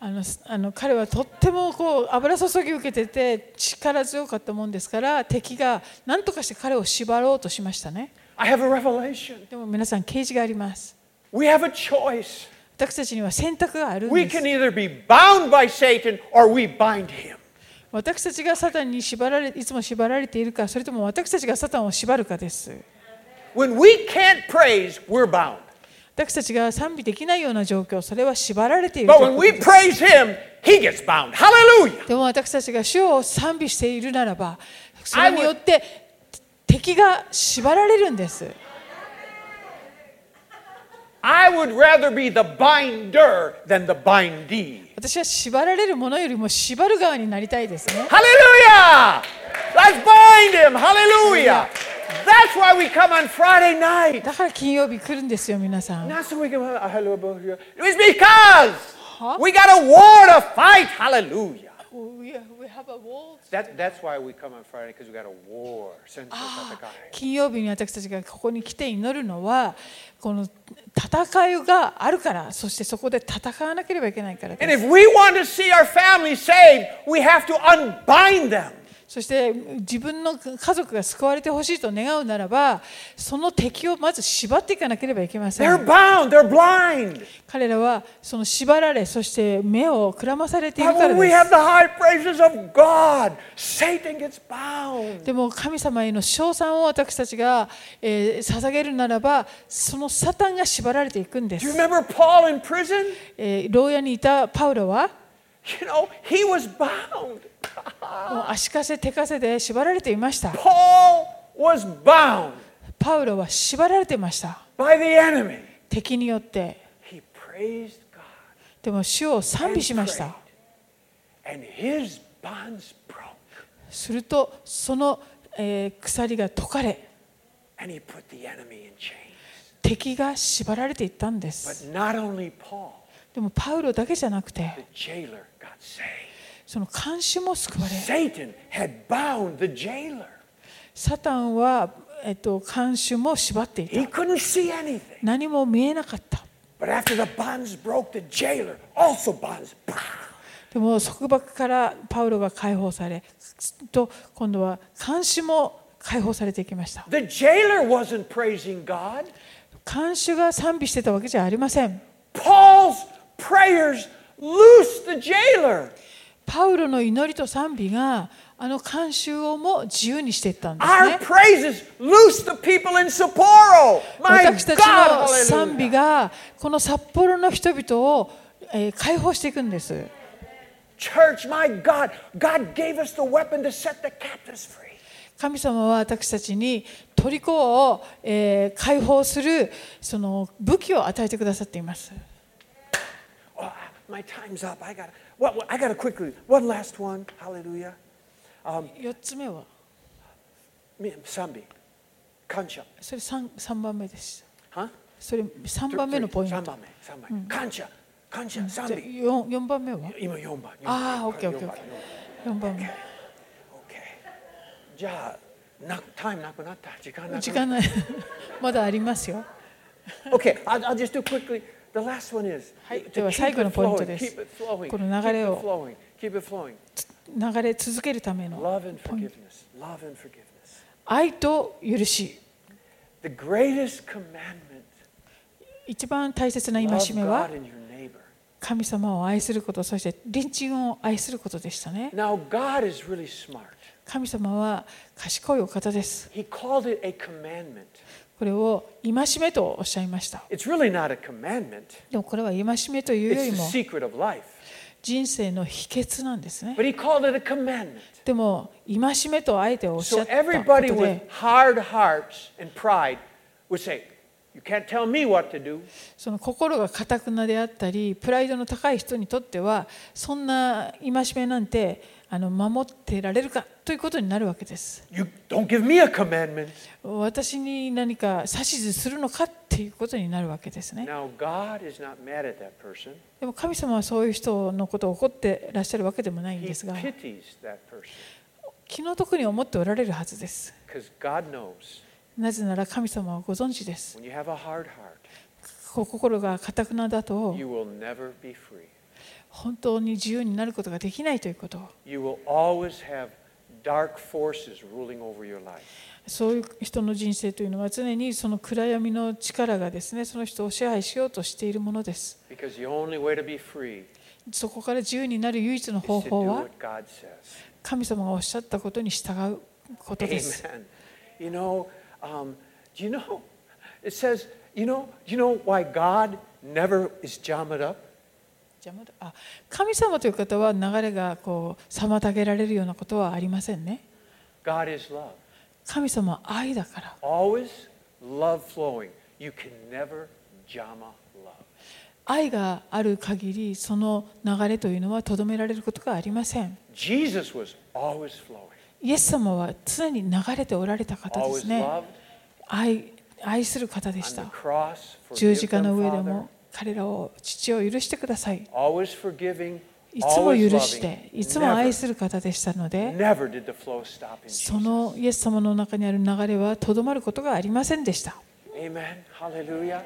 Speaker 2: あのすあの彼はとってもこう油注ぎ受けてて力強かったもんですから敵が何とかして彼を縛ろうとしましたね
Speaker 1: I have a revelation.
Speaker 2: でも皆さん啓示があります
Speaker 1: We have a choice.
Speaker 2: 私たちには選択があるん
Speaker 1: We
Speaker 2: です
Speaker 1: can either be bound by Satan or we bind him.
Speaker 2: 私たちがサタンに縛られいつも縛られているかそれとも私たちがサタンを縛るかです
Speaker 1: When we can't praise, we're bound.
Speaker 2: 私たちが賛美できないような状況それは縛られている
Speaker 1: But
Speaker 2: とい
Speaker 1: when
Speaker 2: うこと
Speaker 1: we
Speaker 2: です
Speaker 1: praise him, he gets bound. Hallelujah.
Speaker 2: でも私たちが主を賛美しているならばそれによって敵が縛られるんです
Speaker 1: I would rather be the binder than the bindee.
Speaker 2: 私は縛られるものよりも縛る側になりたいですね
Speaker 1: Hallelujah! Let's bind him. Hallelujah! That's why we come on Friday night.
Speaker 2: だから金曜日来るんですよ皆さん
Speaker 1: Not so we can. uh, Hallelujah. It's because we got a war to fight. Hallelujah. That, that's why we come on Friday because we got a war. Central Tatakai.
Speaker 2: 金曜日に私たちがここに来て祈るのはこの戦いがあるからそしてそこで戦わなければいけないからで
Speaker 1: And
Speaker 2: す
Speaker 1: if we want to see our family saved, we have to unbind them.
Speaker 2: そして自分の家族が救われてほしいと願うならばその敵をまず縛っていかなければいけませ
Speaker 1: They're
Speaker 2: ん
Speaker 1: bound. They're blind.
Speaker 2: 彼らはその縛られそして目をくらまされている
Speaker 1: But
Speaker 2: から
Speaker 1: when we
Speaker 2: で
Speaker 1: have
Speaker 2: す
Speaker 1: the high praises of God, Satan gets bound.
Speaker 2: でも神様への称賛を私たちが、えー捧げるならばそのサタンが縛られていくんで
Speaker 1: Do you
Speaker 2: す、
Speaker 1: remember Paul in prison?
Speaker 2: えー牢屋にいたパウロは
Speaker 1: You know, he was bound.
Speaker 2: もう足かせ手かせで縛られていました
Speaker 1: Paul was bound
Speaker 2: パウロは縛られてました
Speaker 1: by the enemy.
Speaker 2: 敵によって
Speaker 1: He praised God
Speaker 2: でも主を賛
Speaker 1: and,
Speaker 2: 美しました
Speaker 1: prayed, and his bonds broke.
Speaker 2: するとその、えー鎖が解かれ
Speaker 1: And he put the enemy in chains.
Speaker 2: 敵が縛られていったんで
Speaker 1: But
Speaker 2: す
Speaker 1: not only Paul,
Speaker 2: でもパウロだけじゃなく
Speaker 1: the
Speaker 2: て
Speaker 1: jailer got saved.
Speaker 2: その監視も救われ
Speaker 1: Satan had bound the jailer.
Speaker 2: サタンは、えっと監視も縛ってい
Speaker 1: He
Speaker 2: た
Speaker 1: couldn't see anything.
Speaker 2: 何も見えなかった
Speaker 1: But after the bonds broke, the jailer also bonds.
Speaker 2: でも束縛からパウロが解放されと今度は監視も解放されていきました
Speaker 1: The jailer wasn't praising God.
Speaker 2: 監視が賛美してたわけじゃありません
Speaker 1: Paul's prayers loosed the jailer.
Speaker 2: パウロの祈りと賛美があの慣習をも自由にしていったんです
Speaker 1: Our
Speaker 2: ね。
Speaker 1: praises loosed the people in Sapporo. My
Speaker 2: 私たち
Speaker 1: God,
Speaker 2: の賛美
Speaker 1: hallelujah.
Speaker 2: がこの札幌の人々を、えー解放していくんです。
Speaker 1: Church, my God, God gave us the weapon to set the captives free.
Speaker 2: 神様は私たちに虜を、えー解放するその武器を与えてくださっています。
Speaker 1: Oh, I- my time's up. I got. What? what- I got to quickly. One last one. Hallelujah.
Speaker 2: 4つ目は
Speaker 1: Me- Sambi, Kancha,
Speaker 2: それ 3, 3番目です。
Speaker 1: huh?
Speaker 2: それ3番目のポイント。
Speaker 1: Sambame, Sambame. Kancha, Kancha, Sambi.
Speaker 2: 4, 4番目は
Speaker 1: Ima yomba.
Speaker 2: ああ、
Speaker 1: yomba,
Speaker 2: オッケーオッケー
Speaker 1: yomba,
Speaker 2: オッケ
Speaker 1: yomba.
Speaker 2: ー。4番目。
Speaker 1: Okay. じゃあ、な、タイムなくなった。時間なくなった。
Speaker 2: 時間ない。 まだありますよ。
Speaker 1: Okay, I'll, I'll just do quickly. The last one is
Speaker 2: はい
Speaker 1: to
Speaker 2: では
Speaker 1: keep
Speaker 2: 最
Speaker 1: it
Speaker 2: 後のポイント
Speaker 1: flowing,
Speaker 2: です
Speaker 1: keep it flowing,
Speaker 2: この流れ
Speaker 1: keep it
Speaker 2: を
Speaker 1: flowing, keep it flowing.
Speaker 2: 流れ続けるため
Speaker 1: Love
Speaker 2: の
Speaker 1: and forgiveness, love and forgiveness.
Speaker 2: 愛と許し
Speaker 1: The greatest commandment,
Speaker 2: 一番大切な戒
Speaker 1: love
Speaker 2: めは
Speaker 1: God and your neighbor.
Speaker 2: 神様を愛することそして隣人を愛することでしたね
Speaker 1: Now, God is really smart.
Speaker 2: 神様は賢いお方です
Speaker 1: He called it a commandment.
Speaker 2: ここれを戒めとおっしゃいました
Speaker 1: It's really not a commandment,
Speaker 2: でもこれは戒めというよ
Speaker 1: it's
Speaker 2: り
Speaker 1: the
Speaker 2: も
Speaker 1: secret of life.
Speaker 2: 人生の秘訣なんですね
Speaker 1: But he called it a commandment.
Speaker 2: でも戒めとあえておっし
Speaker 1: So
Speaker 2: ゃったこと
Speaker 1: everybody with
Speaker 2: で
Speaker 1: hard hearts and pride would say, You can't tell me what to do.
Speaker 2: その心がかたくなであったりプライドの高い人にとってはそんな戒めなんてあの守ってられるかということになるわけです
Speaker 1: You don't give me a commandment.
Speaker 2: 私に何か指図するのかっていうことになるわけですね
Speaker 1: Now, God is not mad at that person.
Speaker 2: でも神様はそういう人のことを怒ってらっしゃるわけでもないん
Speaker 1: He
Speaker 2: ですが
Speaker 1: pities that person
Speaker 2: 気の毒に思っておられるはずです
Speaker 1: because God knows
Speaker 2: なぜなら神様はご存知です
Speaker 1: when you have a hard heart,
Speaker 2: こう心がかたくなだと
Speaker 1: you will never be free.
Speaker 2: 本当に自由になることができないということ
Speaker 1: You will always have dark forces ruling over your life.
Speaker 2: そういう人の人生というのは常にその暗闇の力がですねその人を支配しようとしているものです
Speaker 1: Because the only way to be free
Speaker 2: そこから自由になる唯一の
Speaker 1: is to do
Speaker 2: 方法は
Speaker 1: what God says.
Speaker 2: 神様がおっしゃったことに従うことです
Speaker 1: Amen. You know, um, do you know? It says, you know, do you know why God never is jammed up?
Speaker 2: 邪魔だあ神様という方は流れがこう妨げられるようなことはありませんね
Speaker 1: God is love.
Speaker 2: 神様は愛だから
Speaker 1: Always love flowing. You can never jama love.
Speaker 2: 愛がある限りその流れというのはとどめられることがありません
Speaker 1: Jesus was always flowing,
Speaker 2: イエス様は常に流れておられた方で
Speaker 1: always
Speaker 2: すね
Speaker 1: loved.
Speaker 2: 愛愛する方でし
Speaker 1: On the
Speaker 2: た
Speaker 1: cross,
Speaker 2: 十
Speaker 1: forgive
Speaker 2: 字架の
Speaker 1: them,
Speaker 2: 上で
Speaker 1: Father.
Speaker 2: も彼らを父を許してください
Speaker 1: Always forgiving,
Speaker 2: いつも
Speaker 1: always
Speaker 2: 許して
Speaker 1: loving.
Speaker 2: いつも愛
Speaker 1: Never,
Speaker 2: する方でしたので
Speaker 1: never did the flow stop in
Speaker 2: そ
Speaker 1: Jesus.
Speaker 2: のイエス様の中にある流れはとどまることがありませんでした
Speaker 1: Amen. Hallelujah.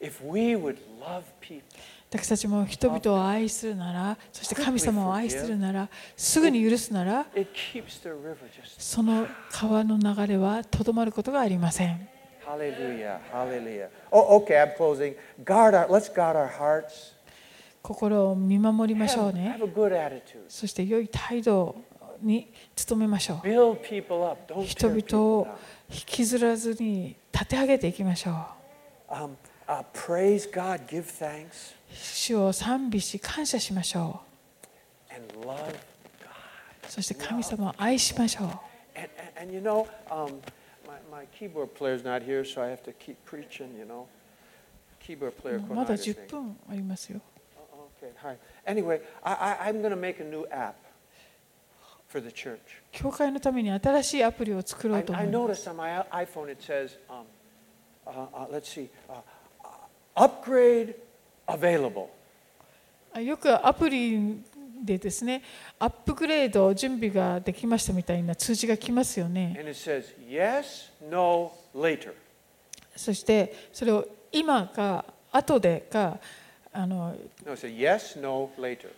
Speaker 1: If we would love people,
Speaker 2: 私たちも人々を愛するならそして神様を愛するならすぐに許すなら
Speaker 1: it keeps the river just.
Speaker 2: その川の流れはとどまることがありません
Speaker 1: Hallelujah. Hallelujah. Oh, okay. I'm closing. Guard our. Let's guard our hearts.
Speaker 2: 心を見守りましょ
Speaker 1: Have,
Speaker 2: うね
Speaker 1: have a good attitude.
Speaker 2: そして良い態度に努めましょう
Speaker 1: Build people up. Don't
Speaker 2: 人
Speaker 1: tear
Speaker 2: 々を
Speaker 1: people
Speaker 2: 引きずらずに立て上げていきましょう
Speaker 1: down. Um, uh, praise God. Give thanks
Speaker 2: 主を賛美し感謝しましょ
Speaker 1: and love God.
Speaker 2: うそして神様を愛しましょう
Speaker 1: And, and, and you know, um, my, my keyboard player's not here, so I have to keep preaching, you know. Keyboard player
Speaker 2: まだ
Speaker 1: Konai, I
Speaker 2: 10
Speaker 1: think.
Speaker 2: 分ありますよ
Speaker 1: Oh, Okay, hi. Anyway, I, I, I'm going to make a new app for the church.
Speaker 2: 教会のために新しいアプリを作ろう
Speaker 1: I,
Speaker 2: と思
Speaker 1: I
Speaker 2: います
Speaker 1: noticed on my i- iPhone it says, um, uh, uh, let's see, uh, uh, upgrade available.
Speaker 2: あよくアプリでですねアップグレード準備ができましたみたいな通知が来ますよね
Speaker 1: And it says, yes, no, later.
Speaker 2: そしてそれを今か後でかあの
Speaker 1: No, it says, yes, no, later.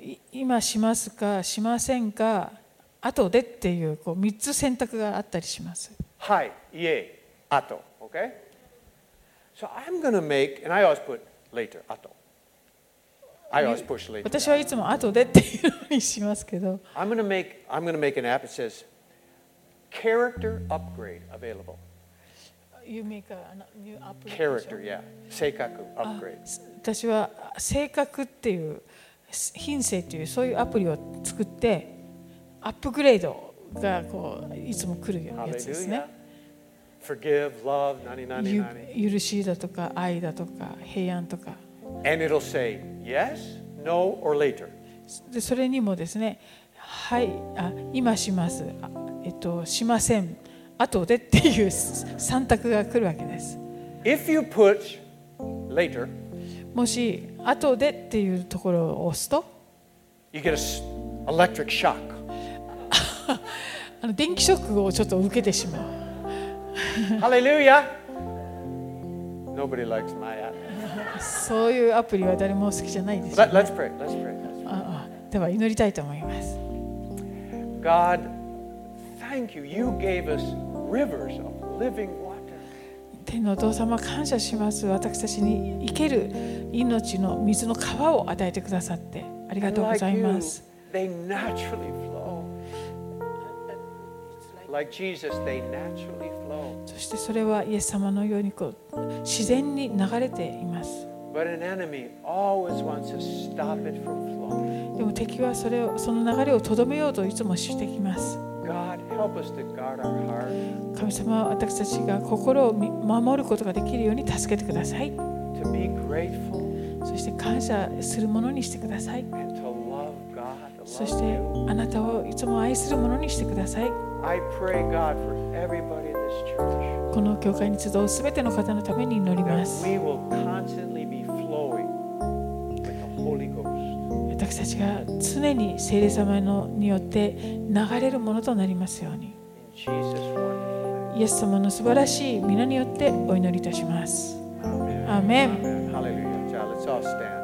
Speaker 2: い今しますかしませんか後でっていうこう3つ選択があったりします
Speaker 1: Hi, ie, ato, okay? So I'm going to make, and I always put later, ato. I always push later.
Speaker 2: 私はいつも後でっていうのにしますけど
Speaker 1: I'm going to make, I'm going to make an app that says character upgrade available.
Speaker 2: You make a new application.
Speaker 1: Character, yeah. Seikaku upgrade.
Speaker 2: 私は性格っていう品性っていうそういうアプリを作ってアップグレードがこういつも来るようなやつですね
Speaker 1: Hallelujah. Forgive, love, nani, nani,
Speaker 2: ゆ
Speaker 1: nani.
Speaker 2: 許しだとか愛だとか平安とか
Speaker 1: And it'll say yes, no, or later.
Speaker 2: でそれにもですねはいあ今しますあえっとしません後でっていう3択が来るわけです
Speaker 1: If you push later,
Speaker 2: もし後でっていうところを押すと
Speaker 1: you get an electric shock.
Speaker 2: あの電気ショックをちょっと受けてしまう
Speaker 1: Hallelujah. Nobody likes my app.
Speaker 2: そういうアプリは誰も好きじゃないです
Speaker 1: Let, us pray. Let's pray.
Speaker 2: ああでは祈りたいと思います。
Speaker 1: God, thank you. You gave us rivers of living water.
Speaker 2: 天のお父様感謝します。私たちに生ける命の水の川を与えてくださってありが
Speaker 1: And
Speaker 2: とうご
Speaker 1: like
Speaker 2: ざいま
Speaker 1: you,
Speaker 2: す。
Speaker 1: they naturally flow. like Jesus, they naturally flow.
Speaker 2: そしてそれはイエス様のようにこう自然に流れています。
Speaker 1: But an enemy always wants to stop it from flowing.
Speaker 2: でも敵はそれをその流れをとどめようといつもしてきます。
Speaker 1: God, help us to guard our heart,
Speaker 2: 神様は私たちが心をみ守ることができるように助けてください。
Speaker 1: to be grateful
Speaker 2: そして感謝するものにしてください。
Speaker 1: and to love God, to
Speaker 2: そ
Speaker 1: love
Speaker 2: してあなたをいつも愛するものにしてください。
Speaker 1: you. I pray, God, for everybody in this church
Speaker 2: この教会に集うすべての方のために祈りま
Speaker 1: that
Speaker 2: す。
Speaker 1: we will constantly be flowing with the Holy Ghost.
Speaker 2: 私たちが常に聖霊様のによって流れるものとなりますように。
Speaker 1: In Jesus' wonderful
Speaker 2: イエス様の素晴らしい皆によってお祈りいたします。
Speaker 1: name. Amen.
Speaker 2: アーメン
Speaker 1: Amen. Hallelujah. Child, let's all stand.